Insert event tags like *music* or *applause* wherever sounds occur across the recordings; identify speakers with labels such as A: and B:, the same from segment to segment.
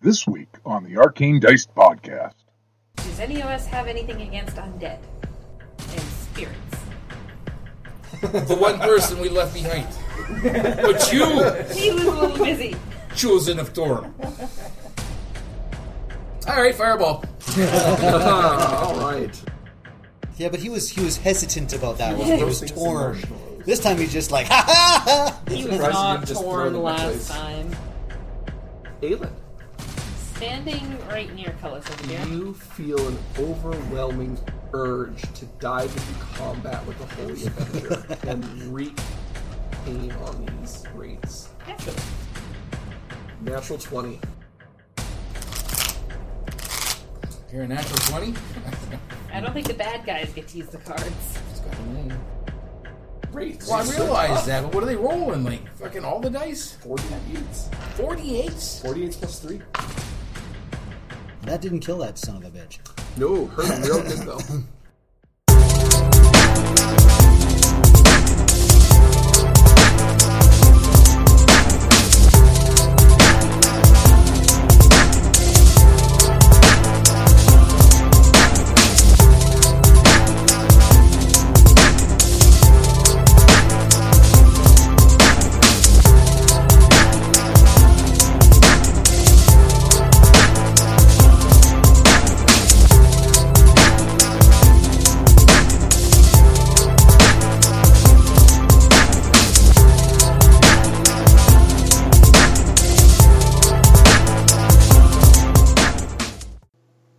A: This week on the Arcane Dice Podcast.
B: Does any of us have anything against undead and spirits?
C: The one person we left behind. But you,
B: *laughs* He was a little busy.
C: chosen of Thorn. Alright, fireball.
D: Yeah, but he was he was hesitant about that one. He was torn. This time he's just like, *laughs* ha ha ha.
E: He was
F: surprised you
E: not
F: didn't just throw
E: torn
F: them in
E: last
F: place.
E: time.
F: Aelin,
B: Standing right near Cullis over here.
F: you feel an overwhelming urge to dive into combat with the Holy Avenger *laughs* and wreak pain on these rates.
B: Excellent.
F: Natural 20.
C: You're a natural *laughs* 20?
B: I don't think the bad guys get to use the cards.
C: It's got a name.
F: Rates.
C: Well, I realize that, but what are they rolling? Like, fucking all the dice?
F: 48.
C: 48?
F: 48 plus 3.
D: That didn't kill that son of a bitch.
F: No, hurt real good though.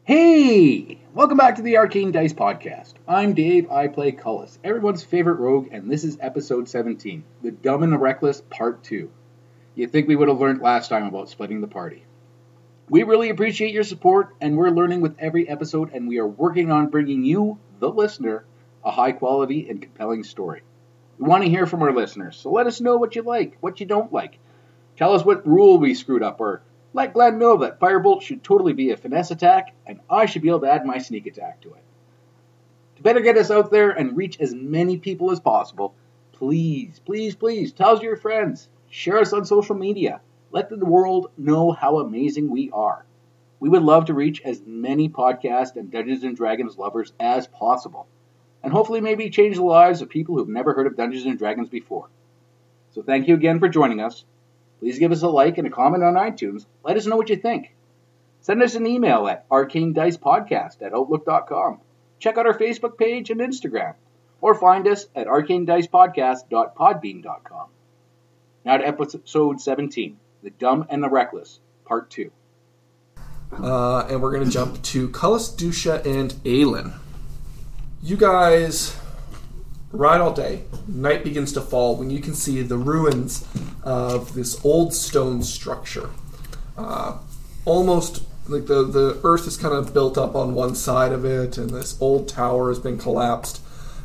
G: Hey! Welcome back to the Arcane Dice Podcast. I'm Dave, I play Cullis, everyone's favorite rogue, and this is episode 17 The Dumb and the Reckless, Part 2. You'd think we would have learned last time about splitting the party. We really appreciate your support, and we're learning with every episode, and we are working on bringing you, the listener, a high quality and compelling story. We want to hear from our listeners, so let us know what you like, what you don't like. Tell us what rule we screwed up, or let Glenn know that Firebolt should totally be a finesse attack, and I should be able to add my sneak attack to it. To better get us out there and reach as many people as possible, please, please, please tell your friends, share us on social media, let the world know how amazing we are. We would love to reach as many podcast and Dungeons and Dragons lovers as possible, and hopefully maybe change the lives of people who've never heard of Dungeons and Dragons before. So thank you again for joining us. Please give us a like and a comment on iTunes. Let us know what you think. Send us an email at arcanedicepodcast at outlook.com. Check out our Facebook page and Instagram, or find us at arcanedicepodcast.podbean.com. Now to episode 17 The Dumb and the Reckless, Part 2.
F: Uh, and we're gonna jump to Cullis, Dusha, and Aelin. You guys ride all day. Night begins to fall when you can see the ruins of this old stone structure. Uh, almost like the the earth is kind of built up on one side of it, and this old tower has been collapsed.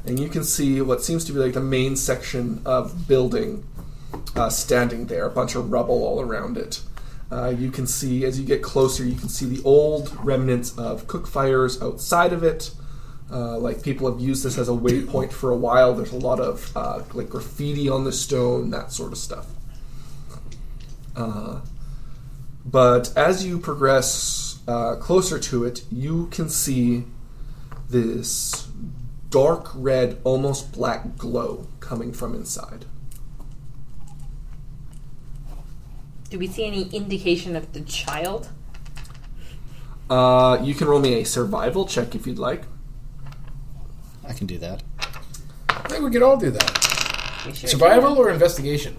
F: And you can see what seems to be like the main section of building uh, standing there, a bunch of rubble all around it. Uh, you can see, as you get closer, you can see the old remnants of cook fires outside of it. Uh, like people have used this as a waypoint for a while. There's a lot of uh, like graffiti on the stone, that sort of stuff. Uh, but as you progress uh, closer to it, you can see this dark red, almost black glow coming from inside.
B: Do we see any indication of the child?
F: Uh, you can roll me a survival check if you'd like.
D: I can do that.
C: I think we could all do that.
B: We sure
C: Survival or investigation?
B: do.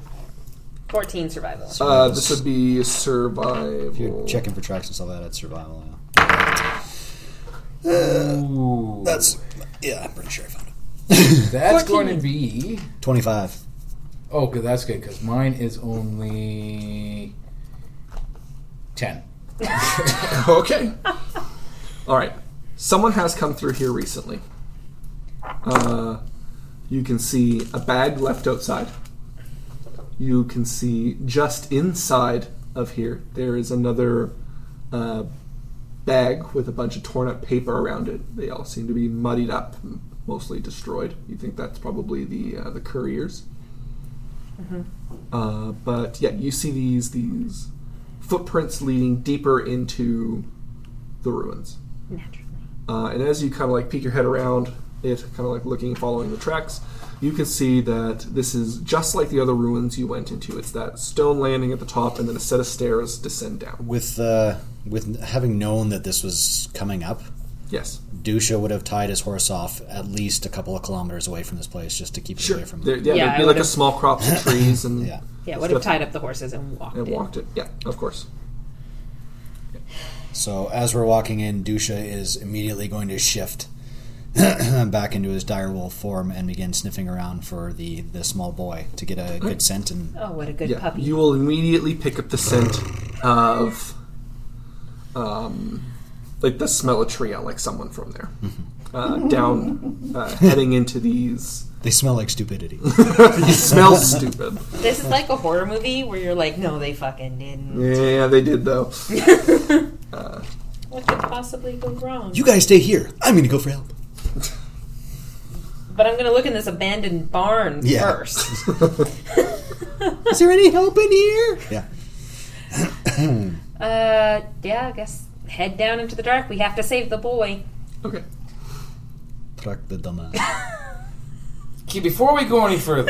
B: 14 survival.
F: Uh, this would be survival.
D: If you're checking for tracks and stuff like that, it's survival. Yeah. Uh, that's yeah. I'm pretty sure I found it.
C: That's going to be.
D: Twenty-five.
C: Oh, good. That's good because mine is only 10.
F: *laughs* Okay. All right. Someone has come through here recently. Uh, you can see a bag left outside. You can see just inside of here there is another uh, bag with a bunch of torn up paper around it. They all seem to be muddied up, m- mostly destroyed. You think that's probably the uh, the couriers. Uh, but yeah, you see these these footprints leading deeper into the ruins.
B: Naturally.
F: Uh, and as you kind of like peek your head around it, kind of like looking, following the tracks, you can see that this is just like the other ruins you went into. It's that stone landing at the top, and then a set of stairs descend down.
D: With uh, with having known that this was coming up,
F: Yes,
D: Dusha would have tied his horse off at least a couple of kilometers away from this place just to keep it away from.
F: There, yeah,
B: Yeah,
F: there'd
B: I
F: be like a
B: would've-
F: small crop of trees and
D: Yeah.
B: Yeah, would have tied up the horses and walked.
F: and
B: in.
F: walked it. Yeah, of course.
D: So as we're walking in, Dusha is immediately going to shift *clears throat* back into his direwolf form and begin sniffing around for the, the small boy to get a good scent. And
B: Oh, what a good
F: Yeah,
B: puppy!
F: you will immediately pick up the scent of, um, like the smell of tree on like someone from there, uh, down, uh, heading into *laughs* these.
D: they smell like stupidity. *laughs*
F: You smell stupid.
B: this is like a horror movie where you're like, no, they fucking didn't.
F: Yeah, they did though.
B: What could possibly go wrong?
D: you guys stay here. I'm going to go for help.
B: but I'm gonna look in this abandoned barn
D: Yeah.
B: first.
D: *laughs* Is there any help in here? Yeah.
B: Uh, yeah, I guess head down into the dark. We have to save the boy.
F: Okay.
D: Truck
B: *laughs*
D: the dumbass.
C: Okay, before we go any further,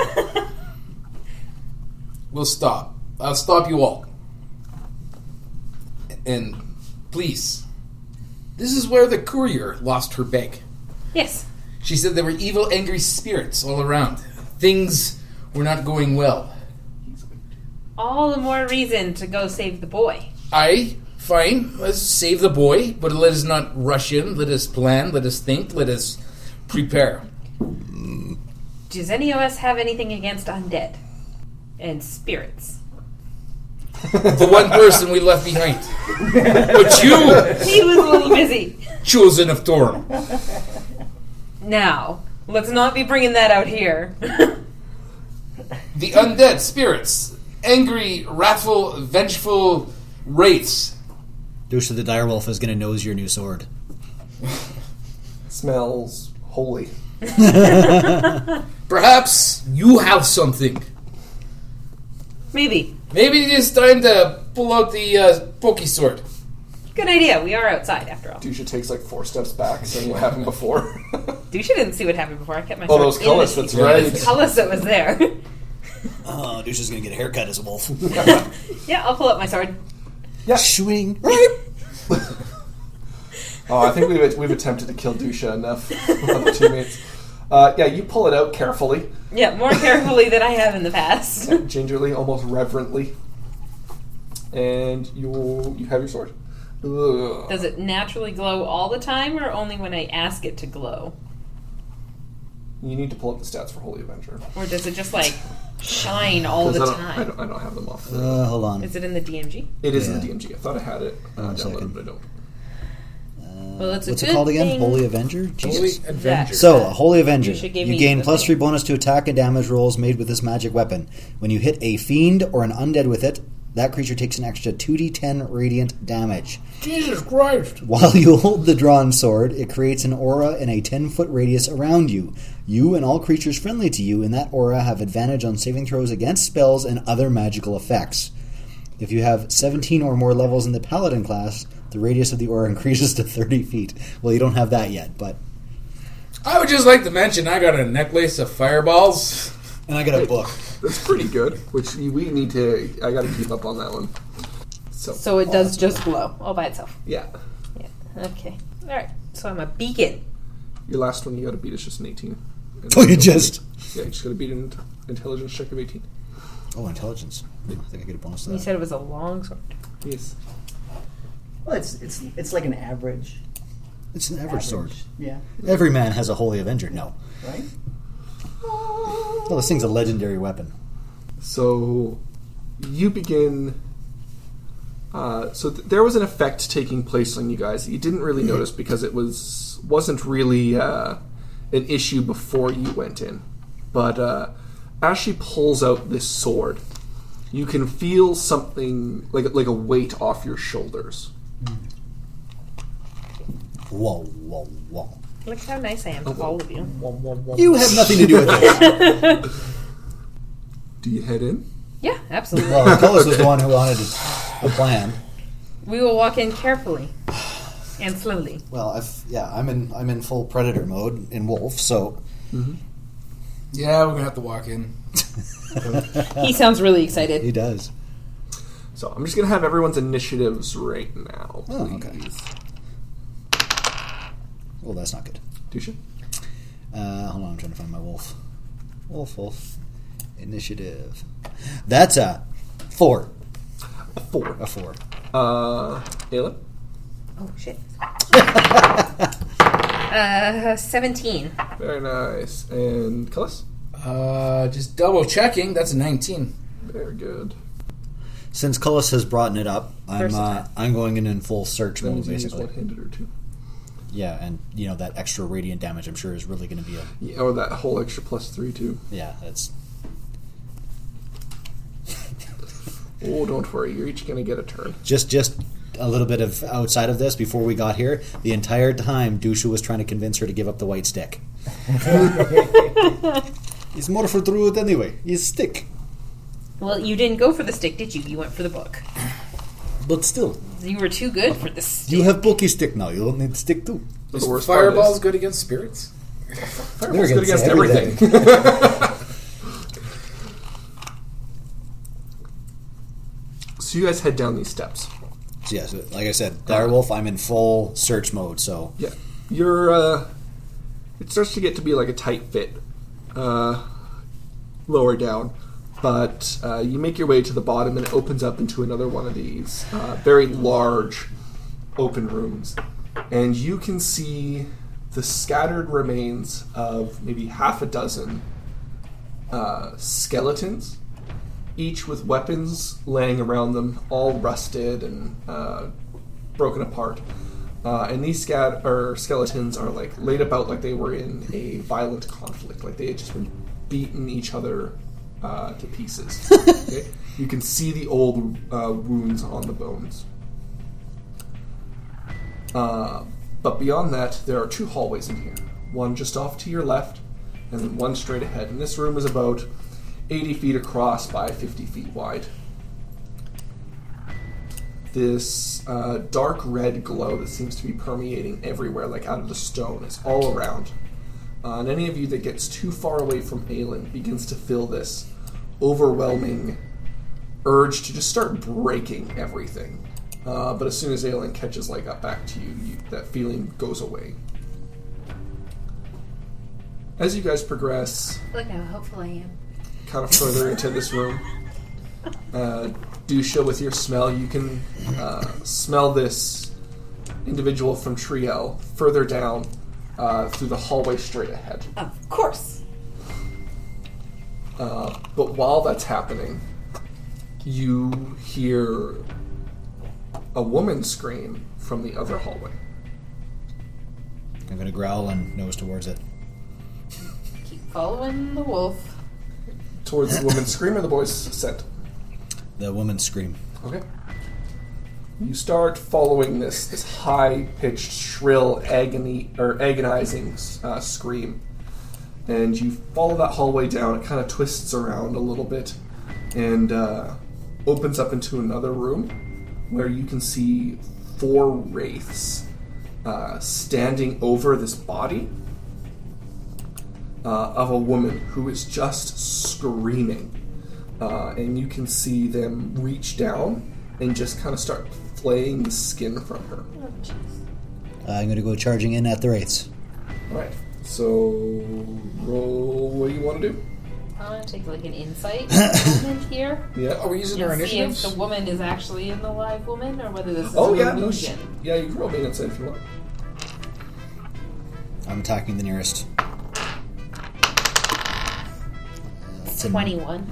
C: we'll stop. I'll stop you all. And please, this is where the courier lost her bag.
B: Yes.
C: She said there were evil, angry spirits all around. Things were not going well.
B: All the more reason to go save the boy.
C: I fine. Let's save the boy, but let us not rush in. Let us plan. Let us think. Let us prepare.
B: Does any of us have anything against undead and spirits?
C: The one person we left *laughs* behind, but you,
B: He was a little busy.
C: chosen of Torum.
B: Now, let's not be bringing that out here. *laughs*
C: The undead spirits, angry, wrathful, vengeful wraiths.
D: Dusha the direwolf is going to nose your new sword.
F: Smells holy.
C: Perhaps you have something.
B: Maybe.
C: Maybe it is time to pull out the uh, pokey sword.
B: Good idea. We are outside after all.
F: Dusha takes like four steps back, seeing what happened *laughs* before.
B: Dusha didn't see what happened before. I kept my
F: Oh,
B: sword
F: those
B: in
F: colours,
B: the
F: that's
B: secret.
F: right.
B: Those Colours that was there. *laughs*
D: Oh, Dusha's going to get a haircut as a wolf.
B: yeah, I'll pull up my sword.
D: *laughs* Shwing.
F: oh, I think we've we've attempted to kill Dusha enough with other teammates. Uh, yeah, you pull it out carefully,
B: Yeah, more carefully than I have in the past.
F: gingerly, almost reverently, and you you have your sword. Ugh.
B: Does it naturally glow all the time or only when I ask it to glow?
F: You need to pull up the stats for Holy Avenger.
B: Or does it just like shine all
F: 'Cause
B: the
F: I, don't, I,
B: time?
F: don't, I don't have them off. The,
D: Uh, hold on.
B: Is it in the DMG?
F: it is in the
D: yeah.
F: DMG. I thought I had it. I
D: One
F: downloaded it,
D: second.
F: but I don't.
B: Well, it's a
D: What's
B: good
D: it called again?
B: thing
D: Holy Avenger? Jesus.
B: that-
D: So, a Holy Avenger.
B: You should give
D: You,
B: me
D: gain
B: the
D: plus
B: thing.
D: three bonus to attack and damage rolls made with this magic weapon. When you hit a fiend or an undead with it, that creature takes an extra 2d10 radiant damage. *laughs*
C: Jesus Christ!
D: While you hold the drawn sword, it creates an aura in a 10 foot radius around you. You and all creatures friendly to you in that aura have advantage on saving throws against spells and other magical effects. If you have 17 or more levels in the Paladin class, the radius of the aura *laughs* increases to 30 feet. Well, you don't have that yet, but.
C: I would just like to mention I got a necklace of fireballs.
D: And I got a book.
F: That's pretty good. Which we need to. I got to keep up on that one.
B: So it does just glow all by itself.
F: Yeah,
B: Okay. All right. So I'm a beacon.
F: your last one you got to beat is just an eighteen.
D: *laughs* Oh, you just.
F: Yeah, you just got to beat an intelligence check of eighteen.
D: Oh, intelligence. I think I get a bonus to
B: You
D: that.
B: said it was a long sword.
F: Yes.
E: Well, it's it's it's like an average.
D: It's an average sword.
E: Yeah.
D: Every man has a Holy Avenger. No.
E: Right.
D: No, this thing's a legendary weapon.
F: So you begin. Uh, so th- there was an effect taking place on you guys that you didn't really notice because it was wasn't really uh, an issue before you went in. But uh, as she pulls out this sword, you can feel something like like a weight off your shoulders.
D: Whoa, whoa, whoa.
B: Look how nice I am to all of you.
D: You have nothing to do with this.
F: Do you head in?
B: Yeah, absolutely.
D: Well, Cullis was the one who wanted to the plan.
B: We will walk in carefully and slowly.
D: Well, I've, yeah, I'm in I'm in full predator mode in wolf, so
C: Yeah, we're gonna have to walk in.
B: He sounds really excited.
D: he does.
F: So I'm just gonna have everyone's initiatives right now.
D: Oh, okay. Well, that's not good.
F: Dusha?
D: Uh, hold on, I'm trying to find my wolf. Wolf, wolf. Initiative. That's a four.
F: A four.
D: A four.
F: Uh, Ayla?
B: Oh shit. uh, seventeen.
F: Very nice. And Cullis?
C: Uh, just double checking. That's a 19.
F: Very good.
D: Since Cullis has brought it up, I'm uh,
B: Versatile.
D: I'm going in in full search
F: That
D: mode,
F: means you use
D: basically.
F: one handed or two.
D: Yeah, and you know that extra radiant damage, I'm sure, is really going to be a
F: Yeah, or that whole extra plus three, too.
D: yeah. That's
F: Oh, don't worry. You're each gonna get a turn.
D: just just a little bit of outside of this before we got here. The entire time, Dusha was trying to convince her to give up the white
F: *laughs*
D: stick. it's more for Druid anyway. It's stick,
B: Well, you didn't go for the stick, did you? You went for the book.
D: but still,
B: You were too good for this.
D: you have bulky stick now. You don't need stick too.
F: The worst part
C: Fireball
F: is-
C: is good against spirits.
F: Fireball's good against everything.
D: *laughs*
F: *laughs* So you guys head down these steps.
D: So, yeah, so, like I said, direwolf. I'm in full search mode, so
F: Yeah, you're. Uh, it starts to get to be like a tight fit, uh, lower down, but uh, you make your way to the bottom, and it opens up into another one of these uh, very large open rooms, and you can see the scattered remains of maybe half a dozen uh, skeletons. Each with weapons laying around them, all rusted and uh, broken apart. Uh, and these scat- or skeletons are like laid about like they were in a violent conflict, like they had just been beaten each other uh, to pieces. okay? You can see the old uh, wounds on the bones. Uh, but beyond that, there are two hallways in here. One just off to your left, and then one straight ahead. And this room is about 80 feet across by 50 feet wide this uh, dark red glow that seems to be permeating everywhere, like out of the stone. It's all around. Uh, and any of you that gets too far away from Aelin begins to feel this overwhelming urge to just start breaking everything. Uh, but as soon as Aelin catches like up back to you, you, that feeling goes away. As you guys progress,
B: Look how hopeful I am.
F: kind of further into this room. Uh, Dusha, with your smell, you can uh, smell this individual from Triel further down uh, through the hallway straight ahead.
B: Of course.
F: But while that's happening, you hear a woman scream from the other hallway.
D: I'm going to growl and nose towards it.
B: Keep following the wolf.
F: Towards the woman's scream or the boy's scent.
D: The woman scream.
F: Okay. You start following this this high pitched, shrill, agony or agonizing uh, scream, and you follow that hallway down. It kind of twists around a little bit, and uh, opens up into another room where you can see four wraiths uh, standing over this body uh, of a woman who is just screaming uh, and you can see them reach down and just kind of start flaying the skin from her.
D: Uh, I'm going to go charging in at the rates.
F: All right, so roll what do you want to do?
B: I want to take like an *coughs* insight moment here.
F: Yeah.
C: Are we Oh, using our
B: And see if
C: initiatives?
B: the woman is actually in the live woman or whether this is
F: Oh
B: an
F: yeah, no, sh-
B: illusion.
F: yeah. You can roll being inside if you want.
D: I'm attacking the nearest. That's a-
B: Twenty-one.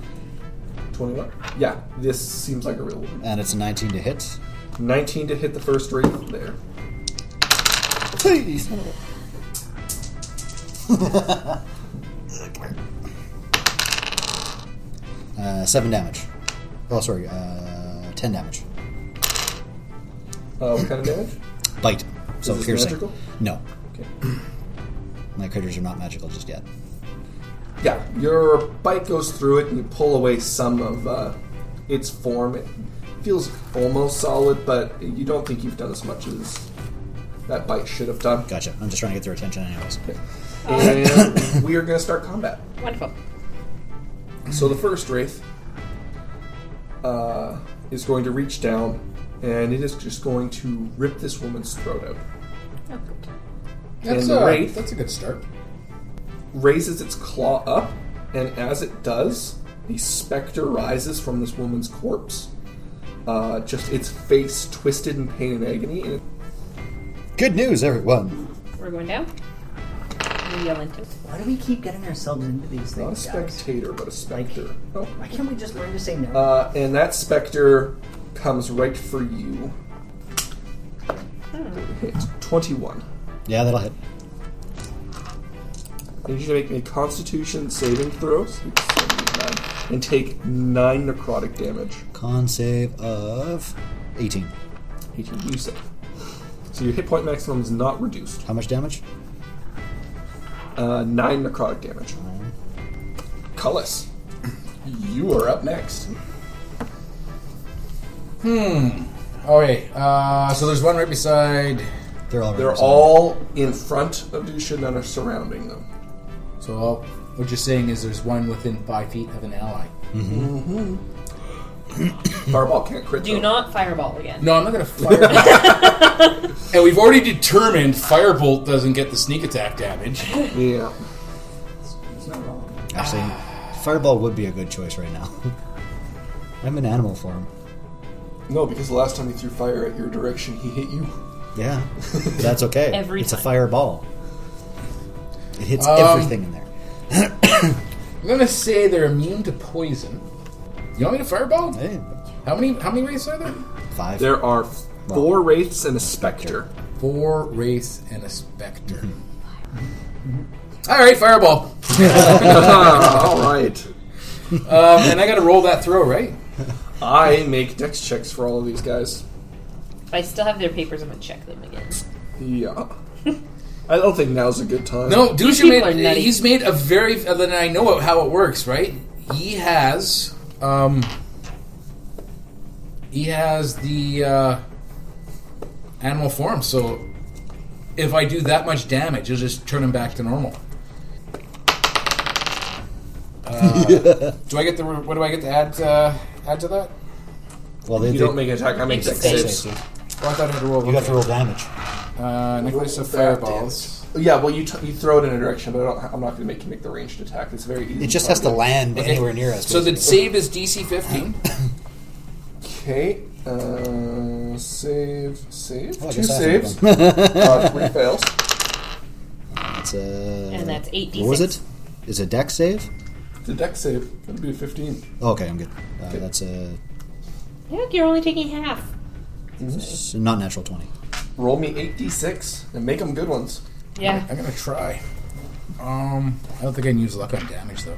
F: Twenty-one. Yeah, this seems like a real one.
D: And it's a 19 to hit.
F: Nineteen to hit the first wraith there.
D: *laughs* Uh, 7 damage. Oh, sorry, uh, 10 damage.
F: Uh, what kind of damage?
D: Bite. So
F: Is this
D: piercing.
F: magical?
D: No.
F: Okay.
D: *clears throat* My critters are not magical just yet.
F: Yeah, your bite goes through it and you pull away some of uh, its form. It feels almost solid, but you don't think you've done as much as that bite should have done.
D: Gotcha. I'm just trying to get their attention, anyways.
F: And we are going to start combat.
B: Wonderful.
F: So the first wraith uh, is going to reach down, and it is just going to rip this woman's throat out.
B: Oh, good.
F: And
C: That's
F: the
C: a,
F: wraith-
C: that's a good start.
F: Raises its claw up, and as it does, the specter rises from this woman's corpse. Uh, just its face twisted in pain and agony, and it
D: Good news, everyone.
B: We're going down. We yell into it.
E: Why do we keep getting ourselves into these
F: Not a
E: things, guys?
F: spectator, but a specter. Oh.
E: Why can't we just learn to say no?
F: Uh, and that specter comes right for you. It's 21.
D: Yeah, that'll hit.
F: I need you to make me constitution saving throws and take 9 necrotic damage.
D: Con save of 18.
F: 18 you save. So your hit point maximum is not reduced.
D: How much damage?
F: Uh, 9 necrotic damage. Cullis, you are up next.
C: Okay, uh, so there's one right beside.
D: They're all.
F: They're all in front of Dushin and are surrounding them.
C: So uh, what you're saying is there's one within five feet of an ally.
F: Fireball can't crit
B: Do
F: though.
B: not fireball again.
C: No, I'm not gonna firebolt. and we've already determined firebolt doesn't get the sneak attack damage.
F: Yeah.
E: it's not wrong.
D: Actually, fireball would be a good choice right now. *laughs* I'm in animal form.
F: No, because the last time he threw fire at your direction, he hit you.
D: Yeah, *laughs* that's okay.
B: Every
D: it's
B: time.
D: a fireball. It hits
C: Um,
D: everything in there.
C: I'm gonna say they're immune to poison. You want me to fireball?
D: Hey,
C: How many how many wraiths are there?
D: five.
F: There are four wraiths and a specter.
C: Four wraiths and a specter. Mm-hmm. Alright, fireball.
F: *laughs* All right.
C: Um, and I gotta roll that throw, right?
F: I make dex checks for all of these guys.
B: If I still have their papers, I'm gonna check them again.
F: Yeah. I don't think now's a good time.
C: No, Dusha
B: people are
C: made
B: nutty.
C: he's made a very and I know how it works, right? He has um he has the uh animal form, so if I do that much damage, it'll just turn him back to normal. *laughs* Uh, do I get the what do I get to add uh, add to that?
D: well, they,
F: You
D: they-
F: don't make an attack, I make
B: Make a
F: dex
B: save.
F: saves.
C: Oh, I thought I had to roll.
D: you have to roll damage.
C: Uh, necklace of fireballs.
F: Yeah, well, you, t- you throw it in a direction, but I don't, I'm not going to make you make the ranged attack. It's very easy.
D: It just has to
F: target.
D: land anywhere near us.
C: So the
D: basically.
C: save is DC 15.
F: Okay. Uh, save, save.
D: Oh, I
F: Two
D: guess I have
F: saves.
D: *laughs* one.
F: uh, three fails.
D: It's a-
B: And that's 8d6.
D: What was it? Is it deck save?
F: The dex save would be 15.
D: Oh, okay, I'm good. Uh, that's a
B: Heck, you're only taking half.
D: s- not natural twenty.
F: Roll me 8d6 and make them good ones.
B: Yeah.
C: I'm gonna try. Um, I don't think I can use luck on damage though.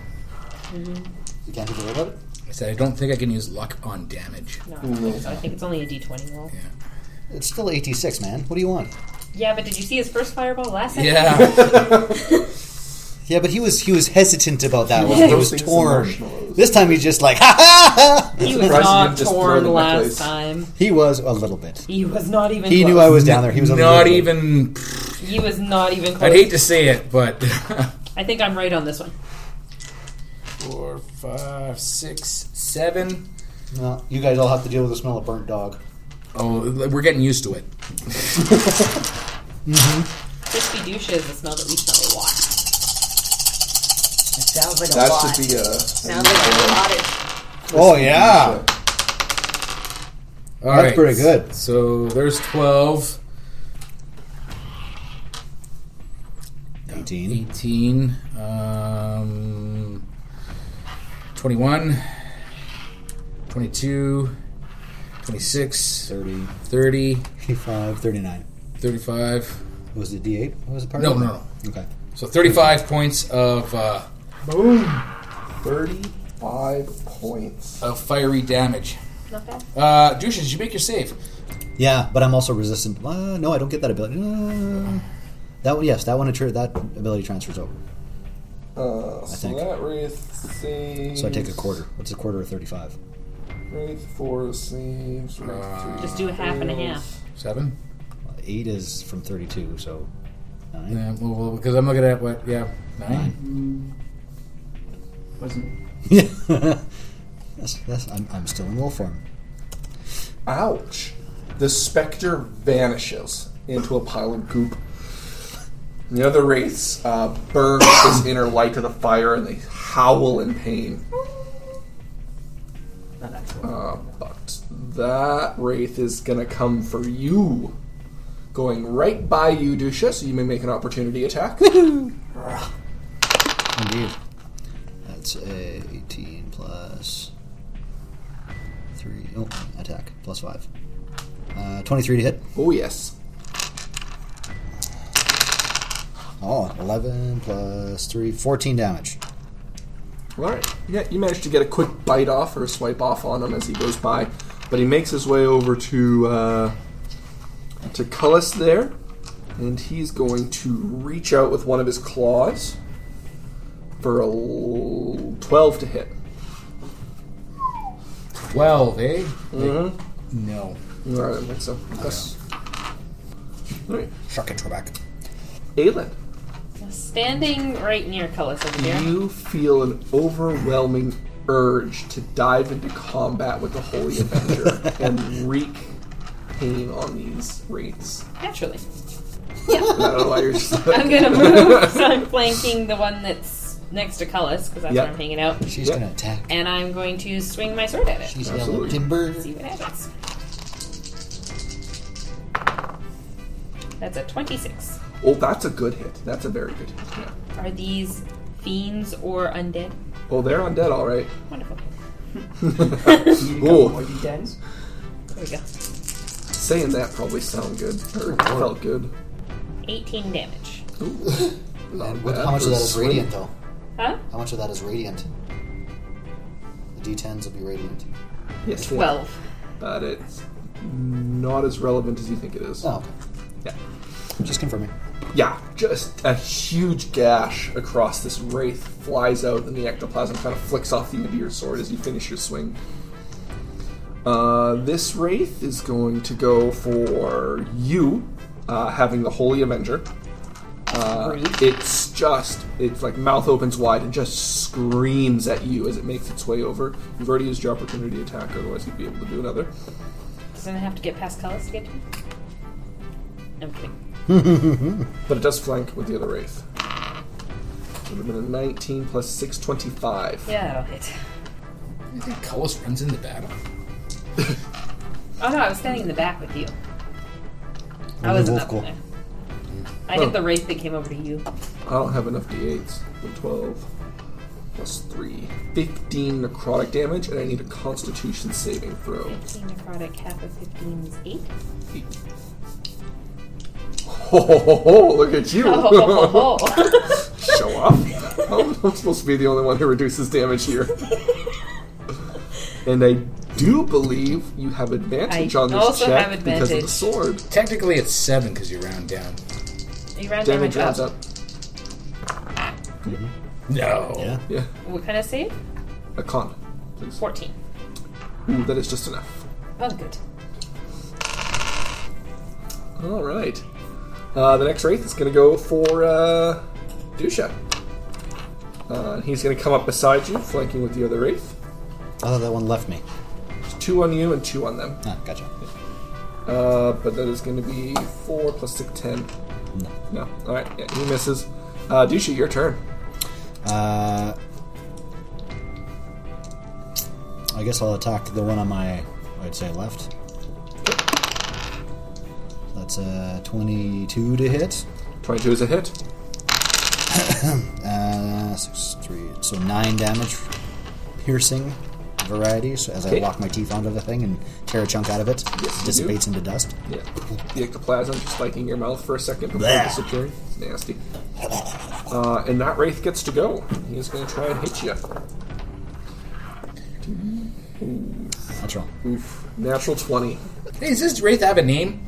D: You can't do about it.
C: I said I don't think I can use luck on damage.
B: No, I don't think
F: Mm-hmm.
B: so. I think it's only a d20 roll.
D: It's still eighty six, man. What do you want?
B: Yeah, but did you see his first fireball last time?
C: *laughs* Yeah,
D: Yeah, but he was he was hesitant about that
F: was
D: one. He was
F: roasting some
D: torn.
F: marshmallows.
D: This time he's just like *laughs* ha ha ha.
B: He was
F: Surprised you
B: not
F: didn't just throw it in
B: torn
F: my
B: last
F: place.
B: time.
D: He was a little bit.
B: He was not even
D: He
B: close.
D: knew I was down there. He was on the
C: not
D: other end.
C: even.
B: He was not even close.
C: I'd hate to say it, but *laughs*
B: I think I'm right on this one.
C: four, five, six, seven.
D: No, you guys all have to deal with the smell of burnt dog.
C: Oh, we're getting used to it.
B: Crispy douche is the smell that we smell a lot.
E: It sounds like a
F: That
E: lot.
F: should be uh, a.
B: Sounds like a lot.
D: Oh yeah,
C: All right,
D: that's pretty good.
C: So there's twelve.
D: Eighteen.
C: 18, um, 21, 22, 26,
D: 30,
C: 30,
D: 35, 39.
C: 35.
D: Was it D8? What was the part?
C: No, no, no.
D: Okay.
C: So 35 points of, uh,
F: Boom! 35 points.
C: of fiery damage.
B: Not bad.
C: Uh, Dusha, did you make your save?
D: Yeah, but I'm also resistant. Uh, no, I don't get that ability. Uh, that one, yes, that one. Tra- that ability transfers over,
F: Uh, so
D: think.
F: that wraith saves.
D: so I take a quarter. What's a quarter of thirty-five?
F: Right, four seems.
C: Uh,
B: Just do a half and a half.
C: Seven?
D: Eight is from 32, so nine.
C: Yeah, well, well, because I'm looking at what, yeah, nine?
E: Wasn't
D: that's, *laughs* that's, I'm, I'm still in wolf form.
F: Ouch! The specter vanishes into a pile of goop. The other wraiths uh, burn *coughs* with this inner light of the fire and they howl in pain.
E: not actual.
F: Uh, but that wraith is gonna come for you. Going right by you, Dusha, so you may make an
B: *laughs*
F: opportunity attack. Oh,
D: Indeed. That's a 18 plus 3. Oh, attack. Plus 5. Uh, 23 to hit.
F: oh, yes.
D: Oh, 11 plus 3. 14 damage.
F: Alright. Yeah, you managed to get a quick bite off or a swipe off on him as he goes by. But he makes his way over to uh, to Cullis there, and he's going to reach out with one of his claws for a l- 12 to hit.
C: Twelve, eh? No.
F: Alright, I think so. Yes. Alright.
D: Shuck it, Trebek.
F: Aelin.
B: Standing right near Cullis over here.
F: You feel an overwhelming urge to dive into combat with the Holy Avenger and wreak pain on these wraiths.
B: Naturally.
F: I don't know why you're just *laughs*
B: I'm gonna move, so I'm flanking the one that's next to Cullis, because that's
F: Yep.
B: where I'm hanging out.
D: She's
F: Yep.
D: going to attack.
B: And I'm going to swing my sword at it.
D: She's yellow
F: Absolutely.
D: timber.
B: See what happens. That's a 26.
F: Oh, that's a good hit. That's a very good hit. Yeah.
B: Are these fiends or undead?
F: Oh, they're undead, all right.
B: Wonderful.
F: Oh,
E: More d10s.
B: There we go.
F: saying that probably sound good or felt *laughs* good.
B: 18 damage.
D: And
F: bad
D: how much
F: for
D: of that is
F: swing.
D: radiant, though?
B: Huh?
D: How much of that is radiant? The d10s will be radiant.
F: Yes, they are.
B: 12.
F: but it's not as relevant as you think it is.
D: Oh, okay.
F: Yeah.
D: Just confirming.
F: Yeah, just a huge gash across this wraith flies out, and the ectoplasm kind of flicks off the end of your sword as you finish your swing. Uh, this wraith is going to go for you, uh, having the Holy Avenger. Uh, it's just, it's like mouth opens wide and just screams at you as it makes its way over. You've already used your opportunity attack, otherwise, you'd be able to do another.
B: Doesn't it have to get past Cullis to get to me? I'm kidding.
F: But it does flank with the other wraith. Would have been a 19 plus 6, 25.
B: Yeah, that'll hit.
C: I think Cullis runs into battle.
B: Oh no, I was standing in the back with you. I
D: Only
B: wasn't
D: wolf
B: up
D: goal.
B: there. I
F: Oh.
B: hit the wraith that came over to you.
F: I don't have enough d8s. The 12 plus 3. 15 necrotic damage, and I need a constitution saving throw.
B: 15 necrotic, half of 15 is 8.
F: Ho ho ho ho! Look at you!
B: Oh, ho, ho, *laughs* ho.
F: *laughs* Show off! I'm, I'm supposed to be the only one who reduces
B: *laughs*
F: damage here. and I do believe you have advantage
B: I
F: on this
B: also
F: check
B: have
F: because of the
B: advantage.
F: sword.
C: Technically, it's seven because you round down.
B: you ran
F: Damage
B: damage
F: adds
B: up.
F: up.
C: No.
D: Yeah.
F: Yeah,
B: What kind of save?
F: a con. Please.
B: 14.
F: Ooh, that is just enough.
B: Oh, good.
F: All right. Uh, the next wraith is going to go for uh, Dusha. Uh, he's going to come up beside you, flanking with the other wraith.
D: Oh, that one left me.
F: There's two on you and two on them.
D: Ah, gotcha.
F: Uh, but that is going to be four plus six, ten. No. All right. Yeah, he misses. Uh, Dusha, your turn.
D: Uh, I guess I'll attack the one on my, I'd say left. That's a 22 to hit.
F: Twenty-two is a hit.
D: Uh, six, three, so 9 damage, piercing varieties as
F: Okay.
D: I lock my teeth onto the thing and tear a chunk out of it.
F: Yes, you
D: dissipates into dust.
F: Yeah. The ectoplasm just like in your mouth for a second before
D: Blech.
F: disappearing. It's nasty. Uh, and that wraith gets to go. He's going to try and hit you.
D: That's wrong.
F: Oof. Natural twenty.
C: Hey, does this wraith have a name?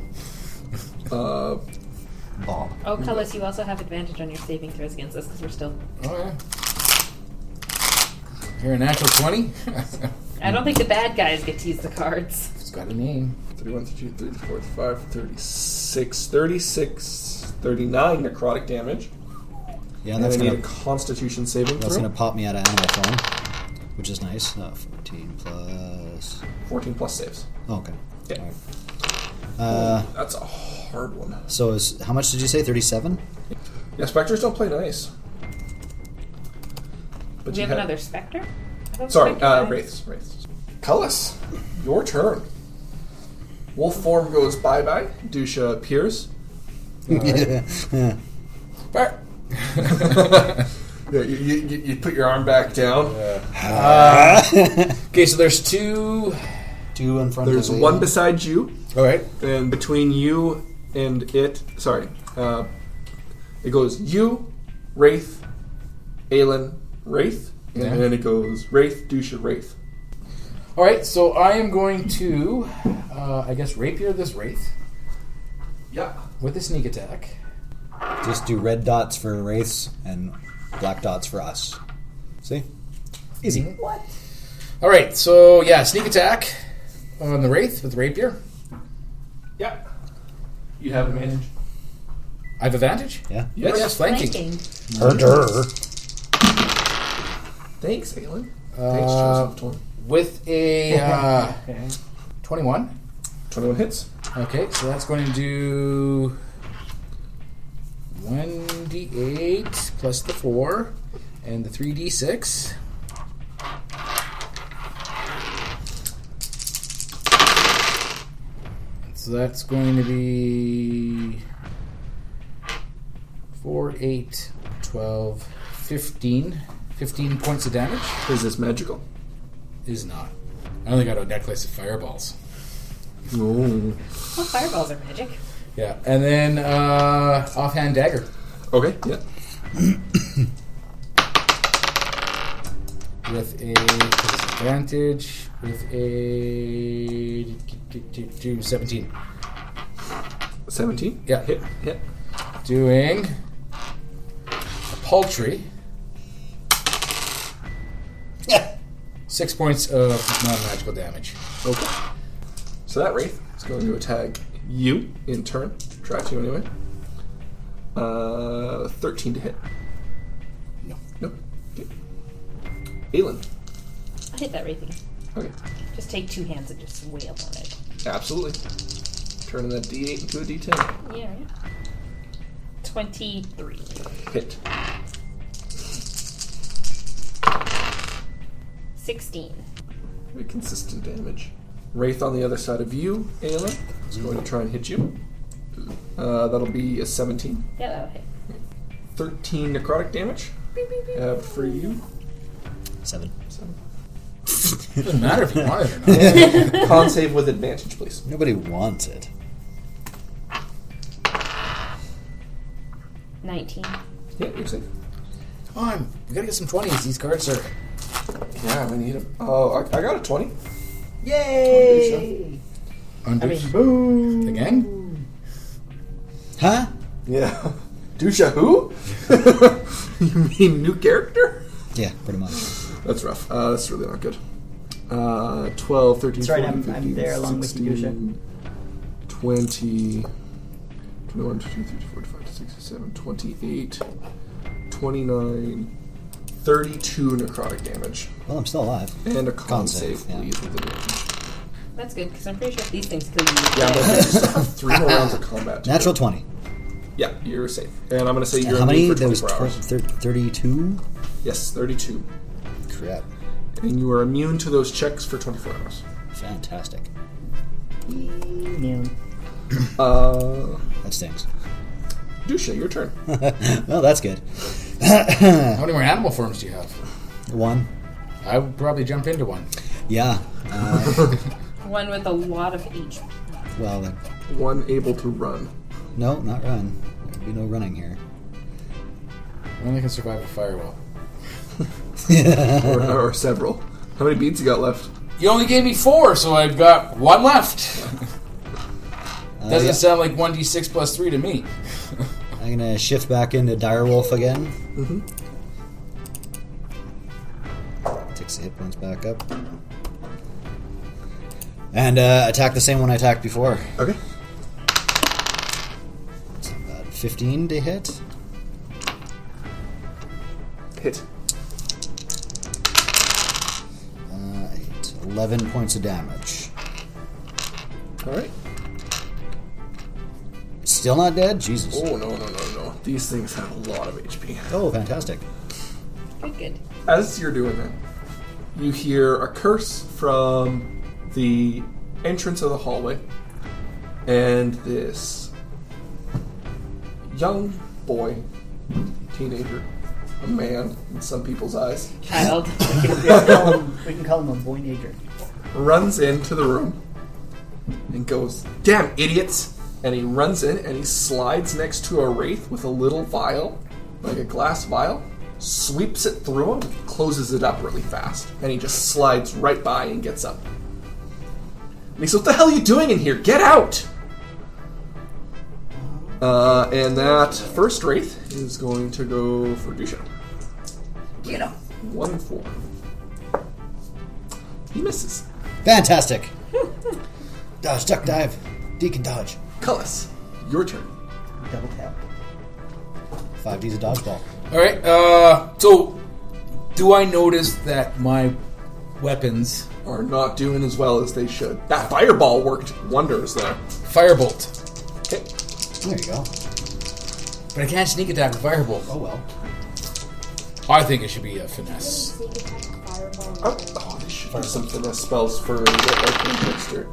D: Bob.
B: Oh, Cullis, you also have advantage on your saving throws against us because we're still.
C: Oh, yeah. You're a natural 20?
B: I don't think the bad guys get to use the cards.
C: *laughs* It's got a name.
F: 31, 32, 34, 35, 36, 36, 39 necrotic damage.
D: Yeah,
F: And
D: that's
F: they need
D: gonna
F: a constitution saving
D: that's
F: throw.
D: gonna pop me out of animal form, which is nice. Uh, Fourteen plus.
F: 14 plus saves.
D: Oh, okay.
F: Yeah.
D: Alright. Uh,
F: That's a hard one.
D: so is how much did you say? Thirty-seven.
F: Yeah, specters don't play nice. But
B: Do we have another specter? I don't
F: Sorry,
B: think
F: uh,
B: I-
F: wraiths, wraiths. Cullis, your turn. Wolf form goes bye bye. Dusha appears.
D: *laughs* yeah.
F: Back. *laughs* yeah, you, you, you you put your arm back down.
C: Okay, so there's two.
D: Two in front
F: Uh, There's
D: of
F: one beside you,
C: All right.
F: and between you and it, sorry, uh, it goes you, Wraith, Aelin, Wraith,
C: Yeah.
F: and then it goes Wraith, Dusha, Wraith.
C: All right. So I am going to, uh, I guess, rapier this wraith
F: Yeah.
C: with a sneak attack.
D: Just do red dots for wraiths and black dots for us. See? Easy.
E: What?
C: Mm. All right. So yeah, sneak attack on the wraith with rapier.
F: Yeah. You have advantage.
C: I have advantage.
D: Yeah.
C: Yes, yes, flanking.
B: Flanking.
D: Herder.
F: Thanks, Aelin. Thanks,
C: Uh,
F: Joseph. 20.
C: with a uh, twenty-one.
F: 21 hits.
C: Okay, so that's going to do 1d8 plus the 4 and the 3d6. So that's going to be 4, 8, 12, 15. 15 points of damage
F: Is this magical?
C: is not. I only got a necklace of fireballs.
B: Well, Oh, fireballs are magic.
C: Yeah, and then uh, offhand dagger.
F: Okay, yeah.
C: with a disadvantage with a do, do, do, do, 17
F: 17?
C: Yeah.
F: Hit, hit.
C: doing a paltry six points of non-magical damage
F: Okay. So that Wraith is going to attack you in turn. Try to anyway. Uh, 13 to hit.
C: No.
F: Nope. Okay. Aelin.
B: I hit that wraithing.
F: Okay.
B: Just take two hands and just wail on it.
F: Absolutely. Turning that D8 into a D10.
B: Yeah, right. 23.
F: Hit.
B: 16.
F: Very consistent damage. Wraith on the other side of you, Aelin, is going to try and hit you. Uh, that'll be a 17.
B: Yeah, that'll hit.
F: 13 necrotic damage uh, for you.
D: Seven.
C: doesn't matter if you want it or
E: *laughs*
C: not
F: *laughs* Con save with advantage, please.
D: Nobody wants it.
B: 19.
F: Yeah, you're safe.
C: come on we gotta get some 20s these cards are
F: Yeah, we need him. Oh, I, I got a 20.
E: Yay!
C: under
E: Boom!
F: Mm.
C: the gang
D: Huh?
F: Yeah. *laughs* Dusha who? *laughs* you mean new character?
D: Yeah, pretty much.
F: That's rough. Uh, that's really not good. Uh, 12, 13,
E: That's right,
F: 14,
E: I'm- I'm
F: 15,
E: there along with you, Dusha.
F: 16, 20, 21, 22, 23, 24, 25, 67, 28, 29, 32 necrotic damage.
D: Well, I'm still alive.
F: And a con,
D: Con
F: save,
D: save, yeah.
F: please, with advantage.
B: That's good, because I'm pretty sure if these things kill you.
F: Yeah, I'm gonna just have three more rounds of combat. to
D: Natural
F: do.
D: 20.
F: Yeah, you're safe. And I'm gonna say
D: And
F: you're
D: how many?
F: immune for
D: There was
F: 24
D: tw-
F: hours.
D: thir- 32?
F: Yes, 32.
D: Crap.
F: And you are immune to those checks for 24 hours.
D: Fantastic.
F: Uh,
D: That stinks.
F: Dusha, your turn.
D: Well, that's good.
C: how many more animal forms do you have
D: One.
C: i would probably jump into one
D: Yeah. Uh,
B: One with a lot of HP.
D: well, then.
F: One able to run.
D: No, not run. There'd be no running here. *laughs*
C: only can survive a firewall
F: Or, or several. How many beads you got left?
C: you only gave me four so i've got one left
D: Uh,
C: doesn't
D: yeah.
C: sound like 1d6 plus 3 to me
D: I'm gonna shift back into Direwolf again. Mm-hmm. Takes the hit points back up. And uh, attack the same one I attacked before.
F: Okay.
D: It's about 15 to hit.
F: Hit.
D: Uh, eight. 11 points of damage.
F: All right.
D: Still not dead? Jesus.
F: Oh no no no no! These things have a lot of HP.
D: Oh, fantastic.
B: Good, *laughs* good.
F: As you're doing that, you hear a curse from the entrance of the hallway, and this young boy, teenager, a man in some people's eyes,
B: Child.
E: Let's call him- we can call him a boynager.
F: runs into the room and goes, Damn idiots! And he runs in and he slides next to a wraith with a little vial, like a glass vial, sweeps it through him, closes it up really fast, and he just slides right by and gets up. And he says, What the hell are you doing in here? Get out! Uh, and that first wraith is going to go for Dusha.
E: Get him.
F: One four. He misses. *laughs*
D: Fantastic. dodge, duck, dive. Deacon dodge.
F: Cullis, your turn.
E: Double tap.
D: 5D's a dodgeball.
C: All right. Uh, so, do I notice that my weapons
F: are not doing as well as they should. That fireball worked wonders there.
C: firebolt?
F: Okay.
D: There you go.
C: But I can't sneak attack with firebolt.
D: Oh, well.
C: I think it should be a finesse.
H: Sneak attack, fireball.
F: Oh, oh, this should be something that spells for the arcane trickster.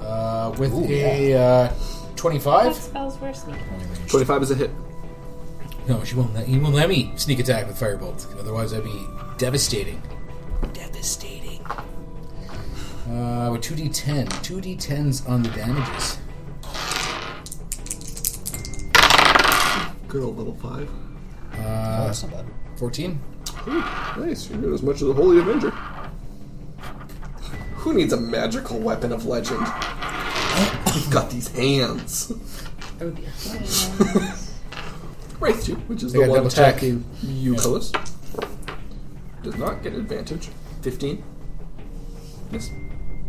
C: Uh, with a uh,
B: what
C: twenty-five.
B: spells were sneaking?
F: Twenty-five is a hit.
C: No, she won't. Let, you won't let me sneak attack with firebolt. Otherwise, that'd be devastating. Devastating. Uh, with two d10, two d10s on the damages.
F: Good old little five. Uh,
D: Oh, that's not bad.
C: Fourteen.
F: Nice. You're good as much as the Holy Avenger. Who needs a magical weapon of legend? You've got these hands.
B: Oh dear.
F: Wraith two, which is
C: I
F: the
C: gotta
F: one
C: double check.
F: attacking Euculus, does not get advantage. Fifteen. Yes.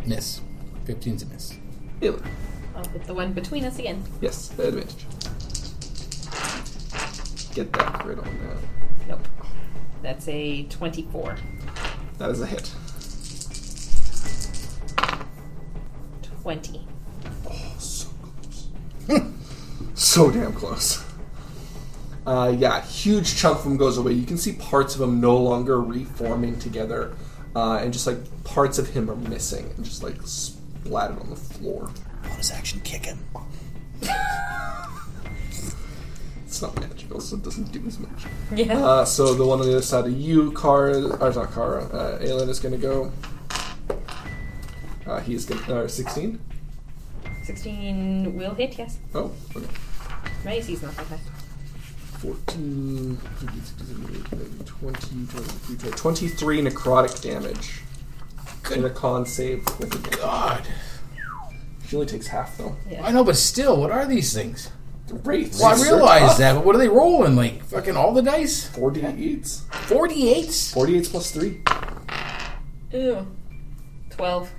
C: Miss. Fifteen's a miss.
F: Aelin.
B: I'll put the one between us again.
F: Yes, advantage. Get that crit on that.
B: Nope. That's a 24.
F: That is a hit.
B: 20.
F: So close. *laughs* so damn close. Uh, yeah, huge chunk of him goes away. You can see parts of him no longer reforming together, uh, and just like parts of him are missing and just like splattered on the floor.
D: Bonus action kick him.
F: *laughs* It's not magical, so it doesn't do as much.
B: Yeah. *laughs*
F: Uh, so the one on the other side of you, Kara, or not Kara, uh, Aelin is going to go. Uh, he's going to, uh, 16?
B: 16 will hit, yes.
F: Oh, okay.
B: My AC's not that high.
F: 14, 15, 16, 17, 18, 20, 23, 23 necrotic damage. In a con save with a
C: God.
F: She only takes half, though.
C: I know, but still, what are these things?
F: The wraiths.
C: Well, I realize that, but what are they rolling? Like fucking all the dice?
F: 48s.
C: 48?
F: 48s plus 3.
B: Ooh. 12.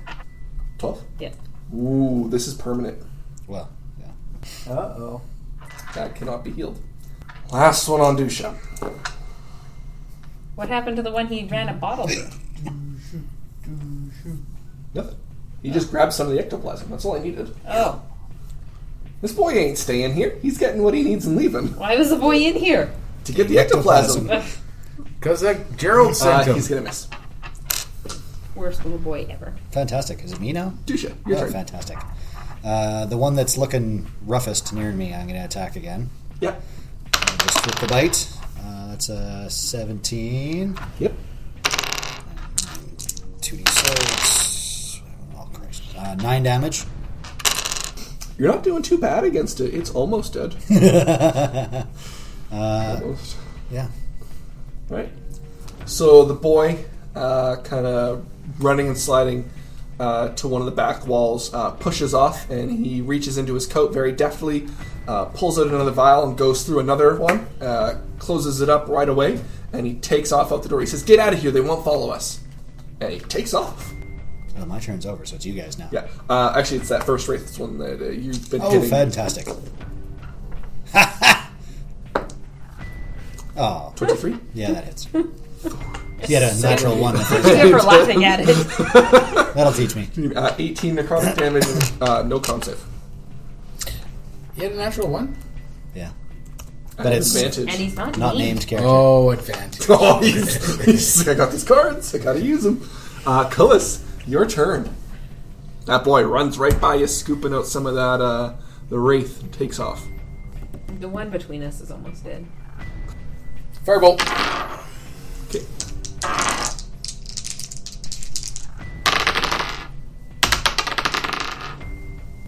F: 12.
B: Yeah.
F: Ooh, this is permanent.
D: Well, yeah.
E: Uh oh.
F: That cannot be healed. Last one on Dusha.
B: What happened to the one he ran a bottle with?
F: Nothing. He just grabbed some of the ectoplasm. That's all I needed.
B: Oh.
F: This boy ain't staying here. He's getting what he needs and leaving
B: Why was the boy in here?
F: to get the ectoplasm.
C: Because that Gerald
F: Uh,
C: sent him.
F: he's gonna miss.
B: Worst little boy
D: *laughs*
B: ever.
D: Fantastic. Is it me now?
F: Dusha, your
D: Oh,
F: turn.
D: fantastic. Uh, the one that's looking roughest near me, I'm going to attack again.
F: Yeah.
D: I'll Just with the bite. Uh, that's a 17.
F: Yep.
D: 2d6. Oh, Christ. Uh, 9 damage.
F: You're not doing too bad against it. It's
C: *laughs*
F: almost dead.
C: Uh,
F: almost.
D: Yeah.
F: Right. So the boy, uh, kind of running and sliding uh, to one of the back walls, uh, pushes off, and he reaches into his coat very deftly, uh, pulls out another vial, and goes through another one, uh, closes it up right away, and he takes off out the door. He says, "Get out of here! They won't follow us." And he takes off.
D: I Well, Oh, my turn's over, so it's you guys now.
F: Yeah. Uh, actually, it's that first wraith one that uh, you've been
D: Oh,
F: hitting.
D: fantastic. *laughs* oh,
F: 23?
D: yeah, that hits. He had a natural one. the first-
B: Except for laughing at it.
D: That'll teach me.
F: Uh, 18 necrotic damage, and, uh, no con save.
C: You had a natural one?
D: Yeah.
F: But *laughs*
D: it's-
F: advantage.
B: And he's not,
D: Not
B: named.
D: named character.
C: Oh, advantage.
F: *laughs* Oh, he's, he's, I got these cards. I gotta use them. Uh, Cullis, your turn. That boy runs right by you, scooping out some of that, uh, the wraith, and takes off.
B: The one between us is almost dead.
C: Firebolt.
F: Okay.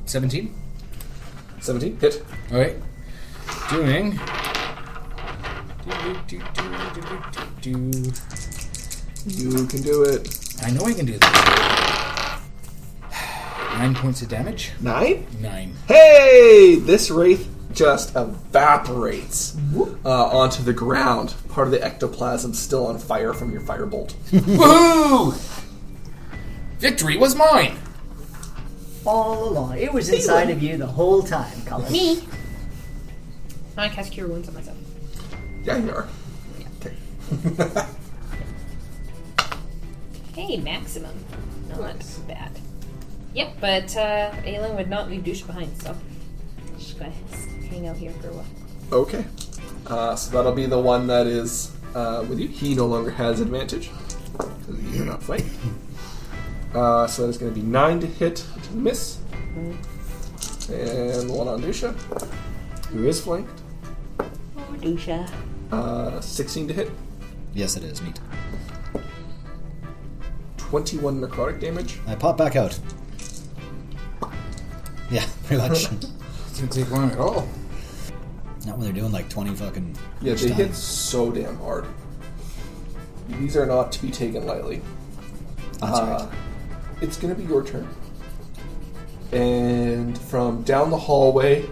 C: Seventeen.
F: 17, hit.
C: All right. Doing.
F: You can do it.
C: I know I can do this. Nine points of damage.
F: Nine?
C: Nine.
F: Hey! This wraith just evaporates uh, onto the ground. Part of the ectoplasm still on fire from your firebolt.
C: Woohoo! Victory was mine.
E: all along. It was inside of you the whole time, Colin.
B: Me. I cast Cure Wounds on myself.
F: yeah, you are. Okay. *laughs*
B: Hey, maximum. Not bad. Yep, but uh, Aelin would not leave Douche behind, so she's gonna hang out here for a while.
F: Okay. Uh, so that'll be the one that is uh, with you. He no longer has advantage. 'cause You're not fighting. Uh, so that is going to be 9 to hit to miss. And the one on Dusha, who is flanked.
B: Oh, Dusha.
F: Uh, 16 to hit,
D: Yes, it is. Neat.
F: 21 necrotic damage.
D: I pop back out. Yeah, *laughs* pretty much.
C: Didn't take long at all.
D: Not when they're doing like 20 fucking.
F: Yeah,
D: each
F: they
D: time.
F: hit so damn hard. These are not to be taken lightly.
D: That's
F: Uh, It's gonna be your turn. And from down the hallway,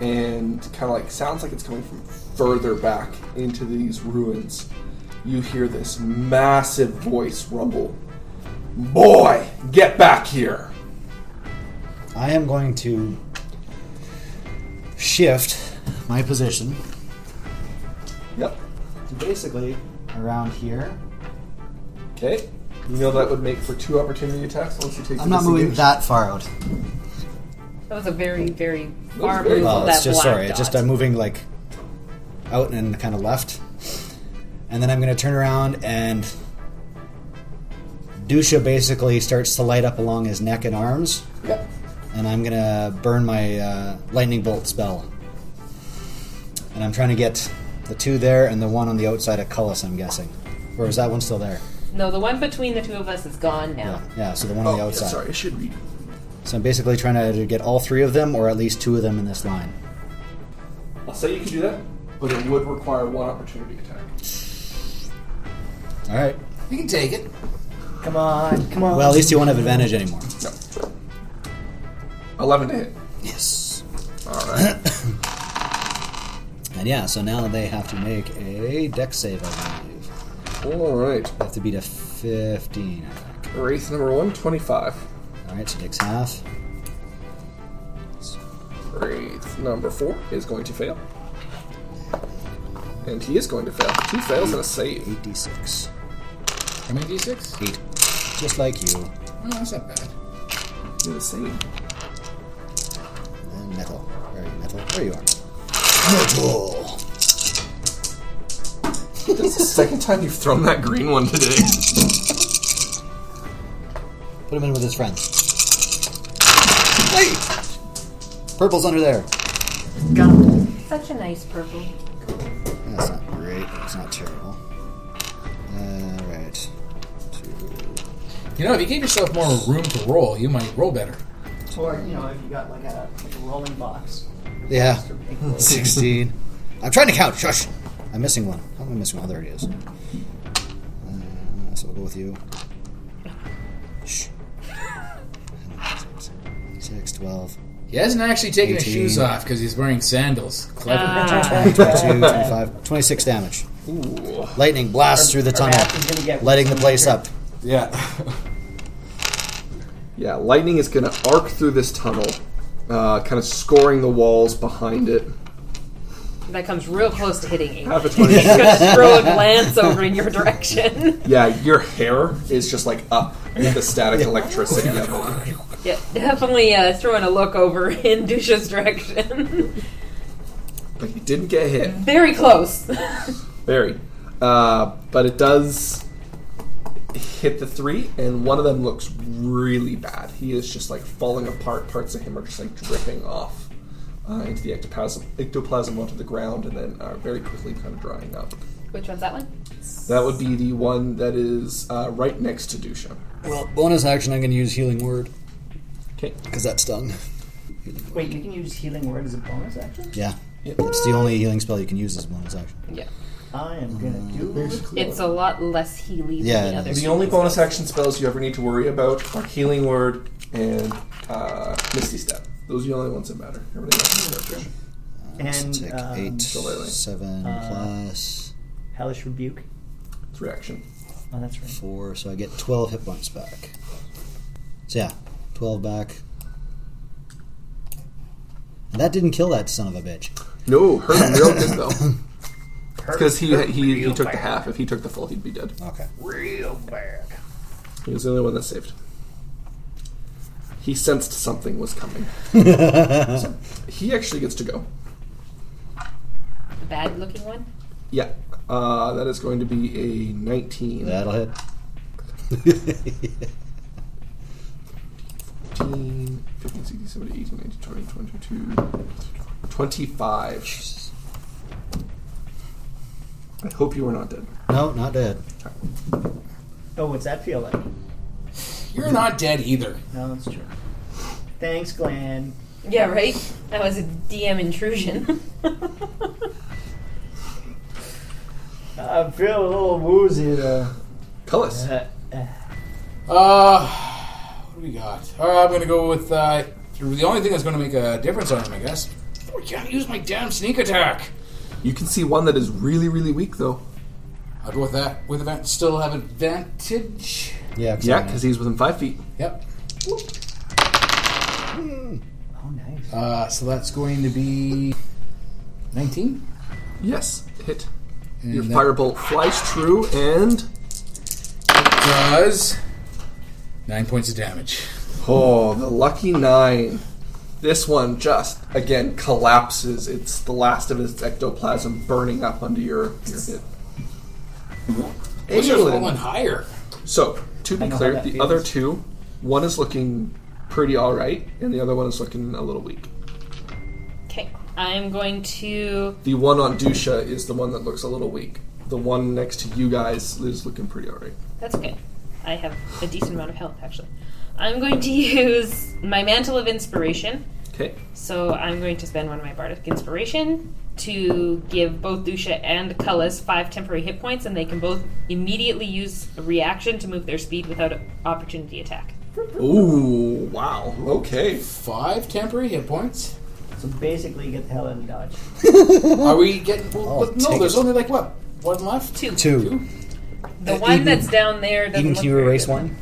F: and kind of like sounds like it's coming from further back into these ruins, you hear this massive voice rumble Boy, get back here!
D: right. I am going to shift my position
F: Yep.
D: to basically around here.
F: Okay. You know that would make for two opportunity attacks once you take
D: I'm
F: the
D: not moving
F: disengage.
D: that far out.
B: That was a very, very
F: was
B: far
F: very
B: move.
F: far.
D: Well,
B: with
D: it's
B: that
D: just
B: black
D: sorry. It's
B: dot.
D: just I'm moving like out and kind of left, and then I'm going to turn around and Dusha basically starts to light up along his neck and arms,
F: Yep.
D: and I'm going to burn my uh, lightning bolt spell, and I'm trying to get the two there and the one on the outside of Cullis. I'm guessing, or is that one still there?
B: No, the one between the two of us is gone now.
D: Yeah, so the one on
F: Oh,
D: the
F: yeah,
D: outside.
F: sorry, I should read.
D: So I'm basically trying to get all three of them, or at least two of them, in this line.
F: I'll say you can do that, but it would require one opportunity attack.
D: All right.
C: You can take it.
E: Come on, come on.
D: Well, at least you won't have advantage anymore.
F: No. 11 to hit.
D: Yes.
F: Alright.
D: *coughs* And yeah, so now they have to make a deck save, I believe.
F: Alright.
D: They have to beat a 15, I think.
F: Wraith number one, 25.
D: Alright, so deck's half.
F: Wraith number four is going to fail. And he is going to fail. He fails and a save.
D: 8d6.
C: How many d6?
D: 8. Just like you.
C: Oh, that's not bad.
F: And a save.
D: And metal. Very metal. There you are. Metal!
F: This is the second time you've thrown that green one today.
D: Put him in with his friends. Wait! Purple's under there.
E: Gun.
B: Such a nice purple.
D: That's not great. It's not terrible. Alright. Two.
C: You know, if you gave yourself more room to roll, you might roll better.
E: Or you know, if you got like a, like a rolling box.
D: Yeah.
E: Or big roll.
D: 16. I'm trying to count. Shush. I'm missing one. How am I missing one? Oh, there it is. Uh, so we'll go with you. Shh. 6, 12,
C: He hasn't actually taken his
D: 18.
C: shoes off because he's wearing sandals. Clever.
E: Uh.
D: 22, 25, 26 damage.
F: Ooh.
D: Lightning blasts through the
E: Our
D: tunnel,
E: map is gonna get
D: lighting the place up.
F: Yeah. Yeah, lightning is going to arc through this tunnel, uh, kind of scoring the walls behind it.
B: That comes real close to hitting England.
F: Half a 20.
B: She's gonna throw a glance over in your direction.
F: *laughs*
D: *laughs*
F: yeah, your hair is just like up with the static electricity of it.
B: yeah, definitely uh, throwing a look over in Dusha's direction. *laughs*
F: But you didn't get hit.
B: Very close. *laughs*
F: Very. Uh, but it does hit the three, and one of them looks really bad. He is just like falling apart. Parts of him are just like dripping off uh, into the ectoplasm, ectoplasm onto the ground, and then uh, very quickly kind of drying up.
B: Which one's that one?
F: That would be the one that is uh, right next to Dusha.
D: Well, bonus action, I'm going to use Healing Word.
F: 'Kay.
D: Because that stung.
E: Wait, you can use healing word as a bonus action?
D: Yeah. It's the only healing spell you can use as a bonus action.
B: Yeah.
E: I am gonna do it.
B: It's a lot less healy than
D: Yeah,
B: the
D: it
B: other.
D: is.
F: The only bonus action spells you ever need to worry about are Healing Word and uh, Misty Step. Those are the only ones that matter. Everything else is no good.
E: And
D: Take
E: um,
D: eight,
F: lightning.
D: seven Uh, plus
E: hellish rebuke.
F: It's reaction.
E: Oh, that's right.
D: four, so I get 12 hit points back. So yeah, 12 back. And that didn't kill that son of a bitch. *laughs*
F: No, hurt him real good though. Because he, he he took the half. If he took the full, he'd be dead.
D: Okay.
E: Real bad.
F: He was the only one that saved. He sensed something was coming. So he actually gets to go.
B: The bad looking one?
F: Yeah, uh, that is going to be a 19.
D: That'll hit. *laughs*
F: 15, 15, 16, 17, 18, 19, 20, 22, 25. I hope you are not dead.
D: No, not dead.
E: Oh, what's that feel like?
C: You're not dead either.
E: No, that's true. Thanks, Glenn.
B: Yeah, right? That was a DM intrusion. *laughs*
E: I feel a little woozy though.
F: Cullis.
E: Uh, uh,
C: Uh, what do we got? Uh, I'm gonna go with uh, the only thing that's gonna make a difference on him, I guess. Oh, I gotta use my damn sneak attack.
F: You can see one that is really, really weak though.
C: I'll go with that. With event, still have advantage.
D: Yeah, 'cause
F: Yeah,
D: I'm-
F: because he's within five feet.
C: Yep.
E: oh, nice.
C: Uh, so that's going to be 19.
F: Yes, hit.
C: And
F: Your
C: that
F: firebolt flies true and.
C: does nine points of damage.
F: Oh, the lucky nine. This one just, again, collapses. It's the last of its ectoplasm burning up under your, your hit.
C: Which is
F: Aelin.
C: rolling higher.
F: So, to be
E: know how
F: clear, the
E: that feels.
F: other two, one is looking pretty alright, and the other one is looking a little weak.
B: Okay. I'm going to.
F: The one on Dusha is the one that looks a little weak. The one next to you guys is looking pretty alright.
B: That's okay. I have a decent amount of health, actually. I'm going to *laughs* use my Mantle of Inspiration.
F: Okay.
B: So I'm going to spend one of my Bardic Inspiration to give both Dusha and Cullis five temporary hit points, and they can both immediately use a reaction to move their speed without an opportunity attack.
F: Ooh, wow. Okay.
C: Five temporary hit points.
E: So basically, get the hell out of Dodge.
C: Are we getting. Well, but no,
D: Oh, take
C: there's
D: it.
C: only like what? One left?
B: Two.
D: Two.
B: The
D: Uh,
B: one
D: Eden-
B: that's down there doesn't
D: Eden,
B: look
D: can you
B: very
D: erase
B: good.
D: one?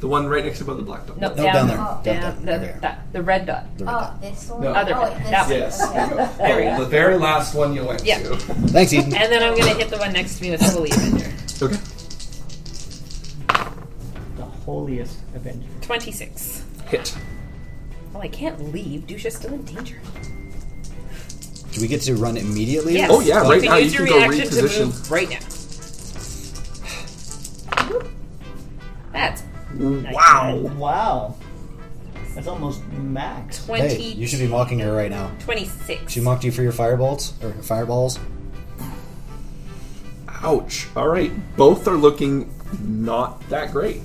F: The one right next to the black dot.
B: No,
D: No,
B: down,
D: down
B: there.
D: there.
B: Down,
D: Down
B: the,
D: there. Over
B: that- the red dot.
H: Oh, this one.
F: No.
B: Other
H: oh,
B: one.
H: this
B: That
H: one.
B: one. *laughs*
F: Yes. Oh,
H: Okay.
B: There we
F: The
B: go.
F: very last one you went
B: Yeah.
F: to.
D: Thanks, Eden.
B: And then I'm going to hit the one next to me with Holy Avenger.
F: *laughs* Okay.
E: The holiest Avenger.
B: 26.
F: Hit.
B: Well, I can't leave. Dusha's still in danger.
D: Do we get to run immediately?
B: Yes.
F: Oh, yeah, right
B: you
F: now
B: can
F: you
B: use
F: can
B: your
F: go
B: reaction to
F: reposition.
B: move right now. That's
F: Wow.
E: Wow. That's almost max.
B: 20,
D: Hey, you should be mocking her right now.
B: 26.
D: She mocked you for your firebolts or fireballs.
F: Ouch. All right. Both are looking not
B: *laughs*
F: that great.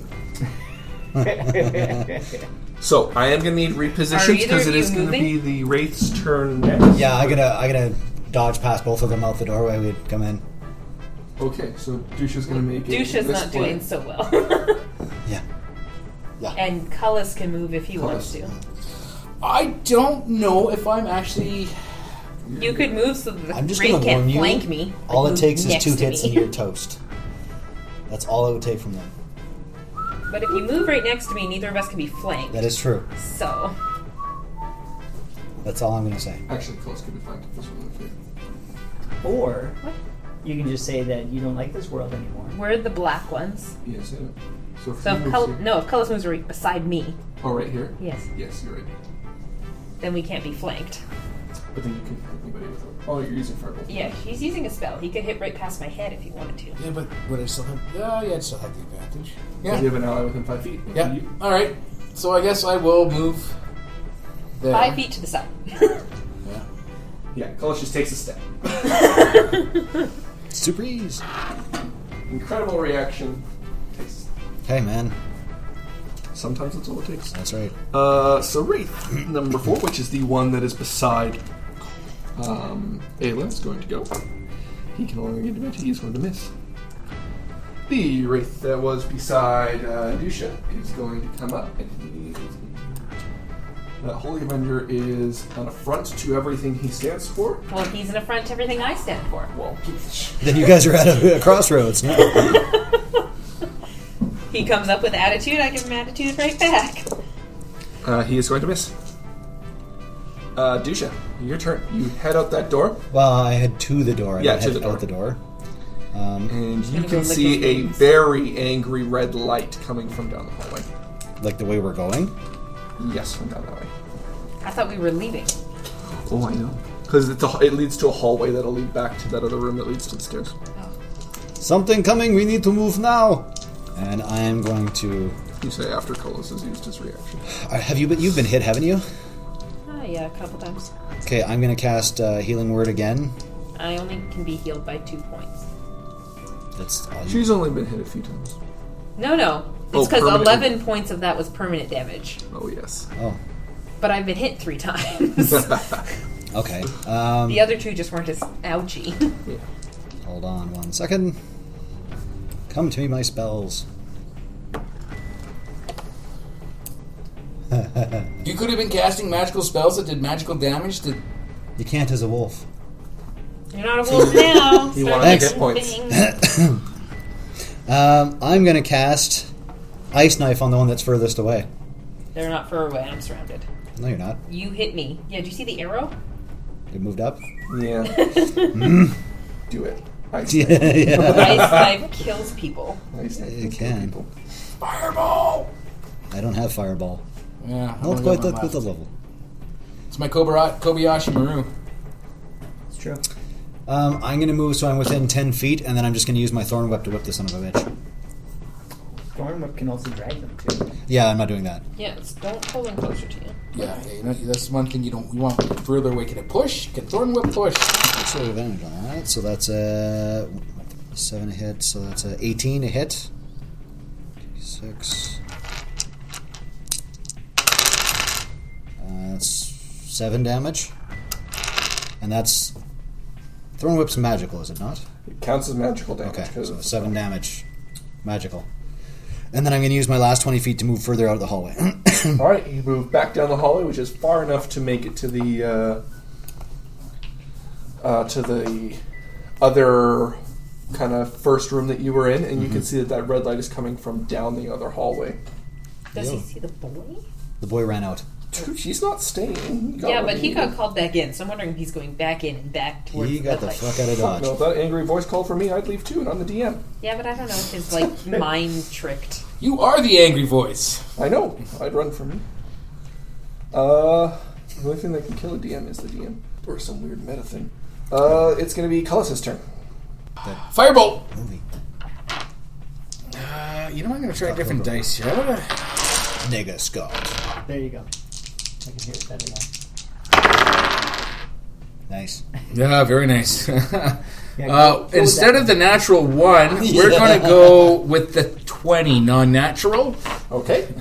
F: so I am going to need
B: Are
F: repositions
B: either
F: because
B: of
F: it
B: you
F: is going to be
B: moving?
F: the wraith's turn next.
D: Yeah, I gotta, I gotta dodge past both of them out the doorway. We'd come in.
F: Okay. So Dusha's going to make it.
B: Dusha's
F: this
B: not
F: play.
B: doing so well. *laughs*
D: Yeah.
B: and Cullis can move if he wants to.
C: I don't know if I'm actually.
B: You could move so that the
D: I'm just
B: raid
D: gonna
B: can't
D: warn you.
B: flank me.
D: All
B: Like,
D: it
B: move
D: takes is
B: next
D: two
B: to
D: hits
B: me.
D: and you're toast. That's all it would take from them.
B: But if you move right next to me, neither of us can be flanked.
D: That is true.
B: So
D: That's all I'm going to say.
F: Actually, close could be flanked if this one okay.
E: Or you can just say that you don't like this world anymore.
B: we're the black ones.
F: Yes, yeah. So, if
B: So
F: he
B: if
F: moves
B: Cull-
F: here-
B: no, if Cullis moves right beside me,
F: Oh, right here?
B: yes,
F: Yes, you're right.
B: then we can't be flanked.
F: But then you could hit anybody with it. Oh, you're using Firebolt.
B: Yeah, he's using a spell. He could hit right past my head if he wanted to.
C: Yeah, but would I still have? Oh, yeah, I'd still have the advantage.
F: Yeah.
C: Yeah.
F: You have an ally within five feet.
C: Yeah.
F: You-
C: All right. So I guess I will move. There.
B: Five feet to the side.
C: Yeah.
F: Yeah, Cullis just takes a step.
D: Surprise!
F: Incredible reaction. Takes.
D: Hey, man.
F: Sometimes that's all it takes.
D: That's right.
F: Uh, so Wraith, number four, which is the one that is beside um, Aelin, is going to go. He can only get advantage, he's going to miss. The Wraith that was beside uh, Dusha is going to come up. and he- That Holy Avenger is an affront to everything he stands for.
B: *laughs* well, he's an affront to everything I stand for. *laughs*
F: Well,
D: Then you guys are at a, a crossroads now.
B: He comes up with attitude. I give him attitude right back.
F: uh, he is going to miss. Uh, Dusha, your turn. You head out that door.
D: Well, I had to the door. I
F: Yeah,
D: had
F: to the
D: out the door. Um,
F: And you
B: gonna
F: can
B: go lick
F: see
B: his
F: a
B: wounds.
F: very angry red light coming from down the hallway.
D: like the way we're going.
F: Yes, from down that way.
B: I thought we were leaving.
F: Oh, I know. Because it leads to a hallway that'll lead back to that other room that leads to the stairs.
D: Something coming. We need to move now. And I am going to.
F: You say after Colos has used his reaction.
D: Uh, Have you been? You've been hit, haven't you?
B: Oh, yeah, a couple times.
D: Okay, I'm going to cast uh, Healing Word again.
B: I only can be healed by two points.
D: That's all you.
F: She's only been hit a few times.
B: No, no.
F: Oh,
B: It's because
F: permanent.
B: 11 points of that was permanent damage.
F: Oh, yes. *laughs*
D: Oh,
B: But I've been hit three *laughs* times.
D: *laughs* okay. Um,
B: the other two just weren't as ouchy. *laughs*
F: Yeah.
D: Hold on one second. Come to me, my spells.
C: You could have been casting magical spells that did magical damage. That
D: You can't as a wolf.
B: You're not a
F: *laughs*
B: wolf now.
F: You
B: Start
F: wanna make
D: Thanks.
F: points. *laughs*
B: things.
D: Um, I'm going to cast Ice Knife on the one that's furthest away.
B: They're not far away. I'm surrounded.
D: No, you're not.
B: You hit me. Yeah, did you see the
F: *laughs*
B: arrow?
D: You moved up. *laughs*
F: Yeah. Do it. Ice knife.
D: yeah, yeah.
B: Ice knife kills people.
F: Ice knife.
D: You can.
F: Fireball!
D: *laughs* I don't have Fireball.
C: yeah, I'm
D: Not
C: only
D: quite
C: got
D: that
C: my
D: good a
C: left.
D: level.
C: It's my Kobara- Kobayashi Maru.
E: It's true.
D: Um, I'm going to move so I'm within 10 feet, and then I'm just going to use my Thorn Whip to whip this son of a bitch.
E: Thorn Whip can also drag them too.
D: Yeah, I'm not doing that.
B: Yes, don't pull them closer to you.
C: Yeah, yeah. You know, that's one thing you don't. You want further away. Can it push? Can Thorn Whip push?
D: Let's roll advantage on that. So that's a seven a hit. So that's a eighteen a hit. Six. Uh, that's seven damage, and that's thrown whip's magical, is it not?
F: It counts as magical damage.
D: Okay,
F: 'cause
D: so
F: it's-
D: seven damage, magical. And then I'm going to use my last twenty feet to move further out of the hallway. *clears throat*
F: All right, you move back down the hallway, which is far enough to make it to the uh, uh, to the other kind of first room that you were in, and you
B: Mm-hmm.
F: can see that that red light is coming from down the other hallway.
B: Does he
D: Ew.
B: see the boy?
D: the boy ran out.
F: Dude, he's not staying. He got
B: Yeah,
F: what
B: but he
F: needed.
B: got called back in, so I'm wondering if he's going back in and back towards
D: He
B: the
D: got the
B: red light.
D: fuck out of
F: No, if
D: dodge.
F: that angry voice called for me, I'd leave too, and I'm the DM.
B: Yeah, but I don't know if his like mind tricked.
C: You are the angry voice.
F: I know. I'd run for me. Uh, the only thing that can kill a DM is the DM or some weird meta thing. Uh, it's going to be Cullis's turn.
C: Firebolt.
D: Movie.
C: Uh, you know, I'm gonna try a different dice here. I'm gonna-
D: Nigga Scott.
E: There you go. I can hear it better now.
D: Nice.
C: Yeah, very nice. *laughs*
E: Yeah,
C: Uh,
E: go- go
C: instead
E: with
C: of the natural one, we're going to go with the 20 non natural.
F: Okay.
E: that.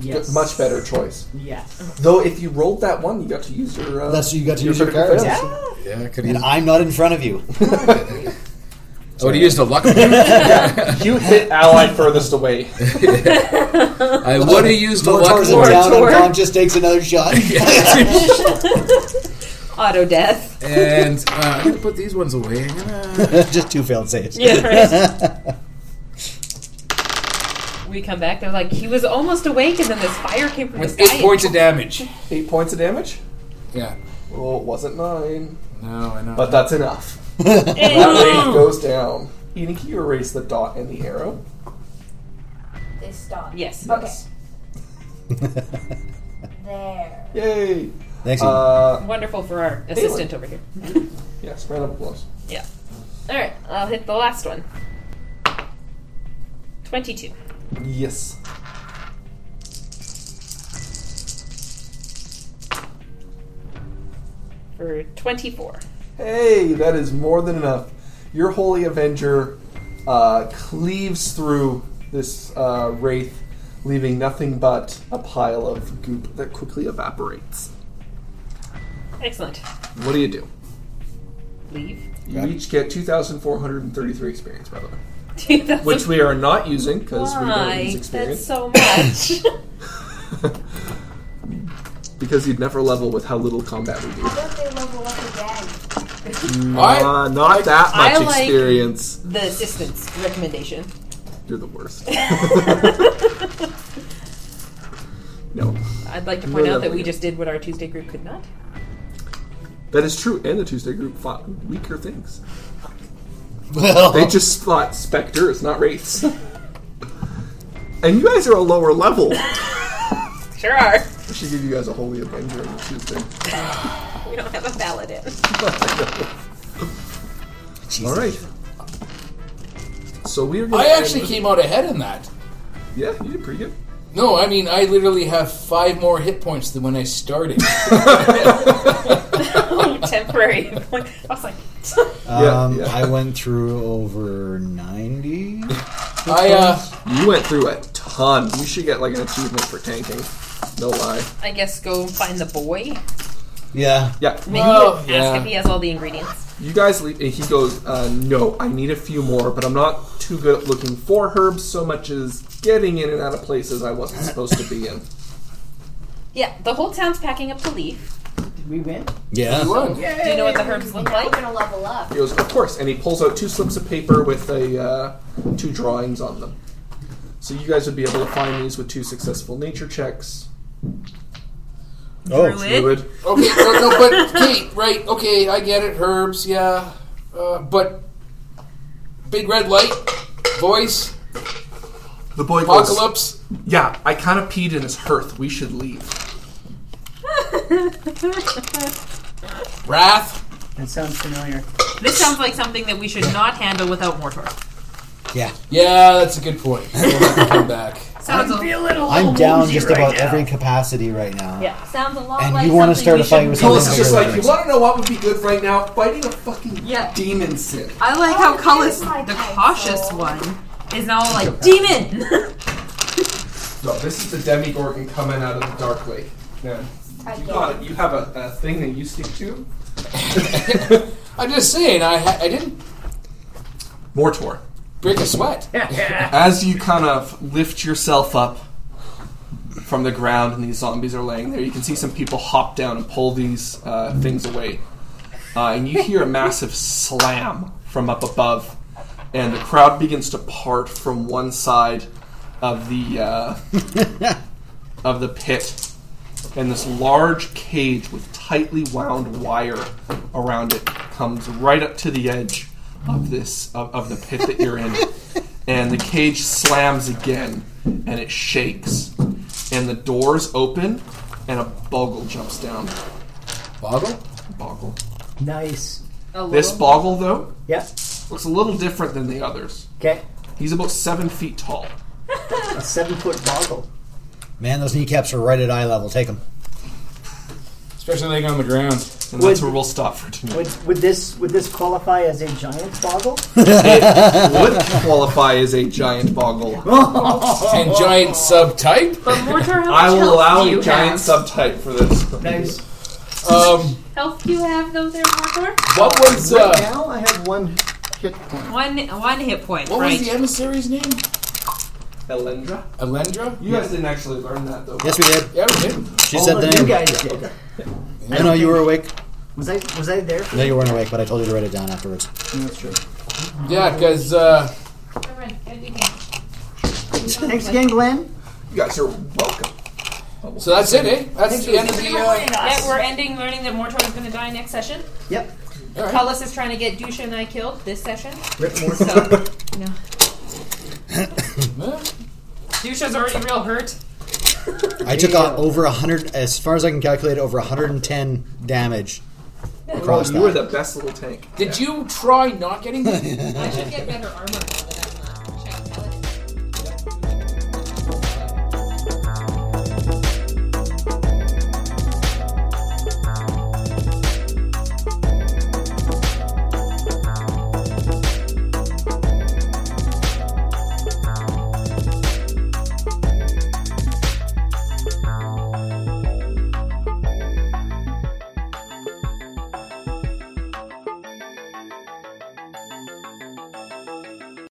E: yes.
F: Much better choice.
E: Yes.
F: Though if you rolled that one, you got to use your. Uh,
D: That's you got to use your
F: critical
D: cards.
F: fails.
C: Yeah, could
D: And I'm not in front of you.
C: I would have used a luck point.
F: *laughs* You hit ally furthest away.
C: I would have used a luck
D: Tortor's
C: point.
D: down unconscious, takes another shot. *laughs*
B: Auto death.
C: *laughs* And uh, I'm going to put these ones away. I'm gonna-
D: Just two failed saves.
B: Yeah, right. we we come back, they're like, he was almost awake, and then this fire came from the
C: With
B: sky.
C: eight points of damage.
F: Eight points of damage?
C: Yeah.
F: Well, it wasn't nine.
C: No, I know.
F: But that's enough. That wave
B: Hey.
F: goes down. Eden, can you erase the dot and the arrow?
H: They stop.
B: yes.
H: Okay. There.
F: Yay!
D: *laughs* Thanks. Ian.
F: Uh,
B: Wonderful for our assistant over here.
F: yes, round of applause.
B: Yeah. All right, I'll hit the last one. Twenty-two.
F: Yes.
B: for 24.
F: Hey, that is more than enough. Your holy avenger uh, cleaves through this uh, wraith, leaving nothing but a pile of goop that quickly evaporates.
B: Excellent.
F: What do you do?
B: Leave. *laughs*
F: You each get 2,433 experience, by the way.
B: Dude, that's
F: Which we are not using because we don't
B: why?
F: use
B: That's
F: experience.
B: so much.
F: because you'd never level with how little combat we do.
H: I bet they level up again.
C: I-
F: Uh, not that
B: I
F: much
B: like-
F: experience.
B: the assistant's recommendation. *laughs*
F: You're the worst. *laughs* no.
B: I'd like to point
F: No,
B: out
F: no,
B: that we
F: no.
B: just did what our Tuesday group could not.
F: That is true, and the Tuesday group fought weaker things.
D: well,
F: They just fought specters, not wraiths. *laughs* and you guys are a
B: *laughs*
F: lower level. I
B: Sure are.
F: should give you guys a Holy Avenger on Tuesday.
B: We don't have a paladin. *laughs*
F: All right. So we are going
C: I actually came out ahead in that.
F: Yeah, you did pretty good.
C: No, I mean, I literally have five more hit points than when I started.
B: *laughs* Temporary. point. I was like,
F: yeah,
D: um,
F: yeah.
D: I went through over
F: *laughs*
D: 90.
C: I, uh,
F: You went through a ton. You should get like an achievement for tanking. No lie.
B: I guess go find the boy.
D: Yeah.
F: Yeah.
B: Maybe
D: Oh,
C: Well,
B: ask
C: yeah.
B: if he has all the ingredients.
F: You guys leave, and he goes, uh, No, I need a few more, but I'm not too good at looking for herbs so much as getting in and out of places I wasn't supposed to be in.
B: Yeah, the whole town's packing up to leave.
E: Did we win?
D: Yeah.
C: won.
B: Do you know what the herbs look like?
H: We're gonna level up.
F: He goes, Of course. And he pulls out two slips of paper with a uh, two drawings on them. So you guys would be able to find these with two successful nature checks.
D: Oh,
F: You would.
B: *laughs*
C: Okay, no, no, but Kate, right? Okay, I get it. Herbs, yeah, uh, but big red light, voice,
F: The boy goes,
C: apocalypse.
F: Yeah, I kind of peed in his hearth. We should leave.
C: Wrath.
E: That sounds familiar.
B: *laughs* This sounds like something that we should not handle without Mortor.
D: yeah.
C: Yeah, that's a good point. We'll have to Come back.
B: Sounds a,
D: I'm down just about every capacity right now.
B: yeah.
H: Sounds a lot
D: And
H: like
D: you want to
H: something
D: start
H: we
D: a fight
H: should-
D: with
F: Cullis
D: something
F: is just
D: bigger
F: like,
D: than
F: you want to know what would be good right now? Fighting a fucking
B: Yeah.
F: demon sin.
B: I like how
H: Oh,
B: Cullis,
H: here's my
B: the
H: pencil.
B: cautious one, is now like, Demon!
F: No, this is the Demigorgon coming out of the Dark Lake. Yeah.
H: I
F: You
H: get
F: got it. You have a, a thing that you stick to?
C: I'm just saying, I ha- I didn't
F: Mortor.
C: break a sweat.
F: As you kind of lift yourself up from the ground and these zombies are laying there, you can see some people hop down and pull these uh, things away. Uh, and you hear a massive slam from up above, and the crowd begins to part from one side of the uh, of the pit, and this large cage with tightly wound wire around it comes right up to the edge of this of, of the pit that you're in, and the cage slams again, and it shakes, and the doors open, and a boggle jumps down.
C: Boggle.
F: Boggle.
E: Nice.
F: This boggle though
E: Yep.
F: looks a little different than the others.
E: Okay.
F: He's about seven feet tall.
E: A seven foot boggle.
D: that. Man, those kneecaps are right at eye level. Take them.
C: Especially laying on the ground.
F: And that's
E: Would-
F: where we'll stop for tonight.
E: Would, would this would this qualify as a giant boggle?
F: It *laughs* would qualify as a giant boggle.
C: And giant subtype.
B: *laughs* But Mortar, how much
F: I will
B: health
F: allow
B: do you
F: a
B: have?
F: giant subtype for this.
E: Nice.
C: Um,
B: Health do you have though there, Mortar?
C: what was
E: Right
C: uh,
E: now I have one hit point.
B: One one hit point,
C: what
B: right?
C: was the emissary's name?
F: Elendra?
C: Elendra.
F: You guys didn't actually learn that though.
D: Yes, we did.
C: Yeah, we did.
F: Oh
D: She said the
E: you
D: name.
E: guys did.
D: I know you were awake.
E: Was I was I there?
D: No, you weren't awake, but I told you to write it down afterwards.
E: No, that's true.
C: Yeah, because uh,
E: Thanks again, Glenn.
F: You guys are welcome.
C: So that's it, eh? That's the end of the. Uh,
B: Yeah, we're ending learning that Morton's going to die next session.
E: Yep.
B: Cullis is trying to get Dusha and I killed this session.
E: Rip more.
B: So, no.
C: well,
B: Dusha's already real hurt.
D: I took out over 100, as far as I can calculate, over 110 damage across
F: You were
D: that.
F: the best little tank.
B: *laughs*
C: did you try not getting?
B: I should get better armor.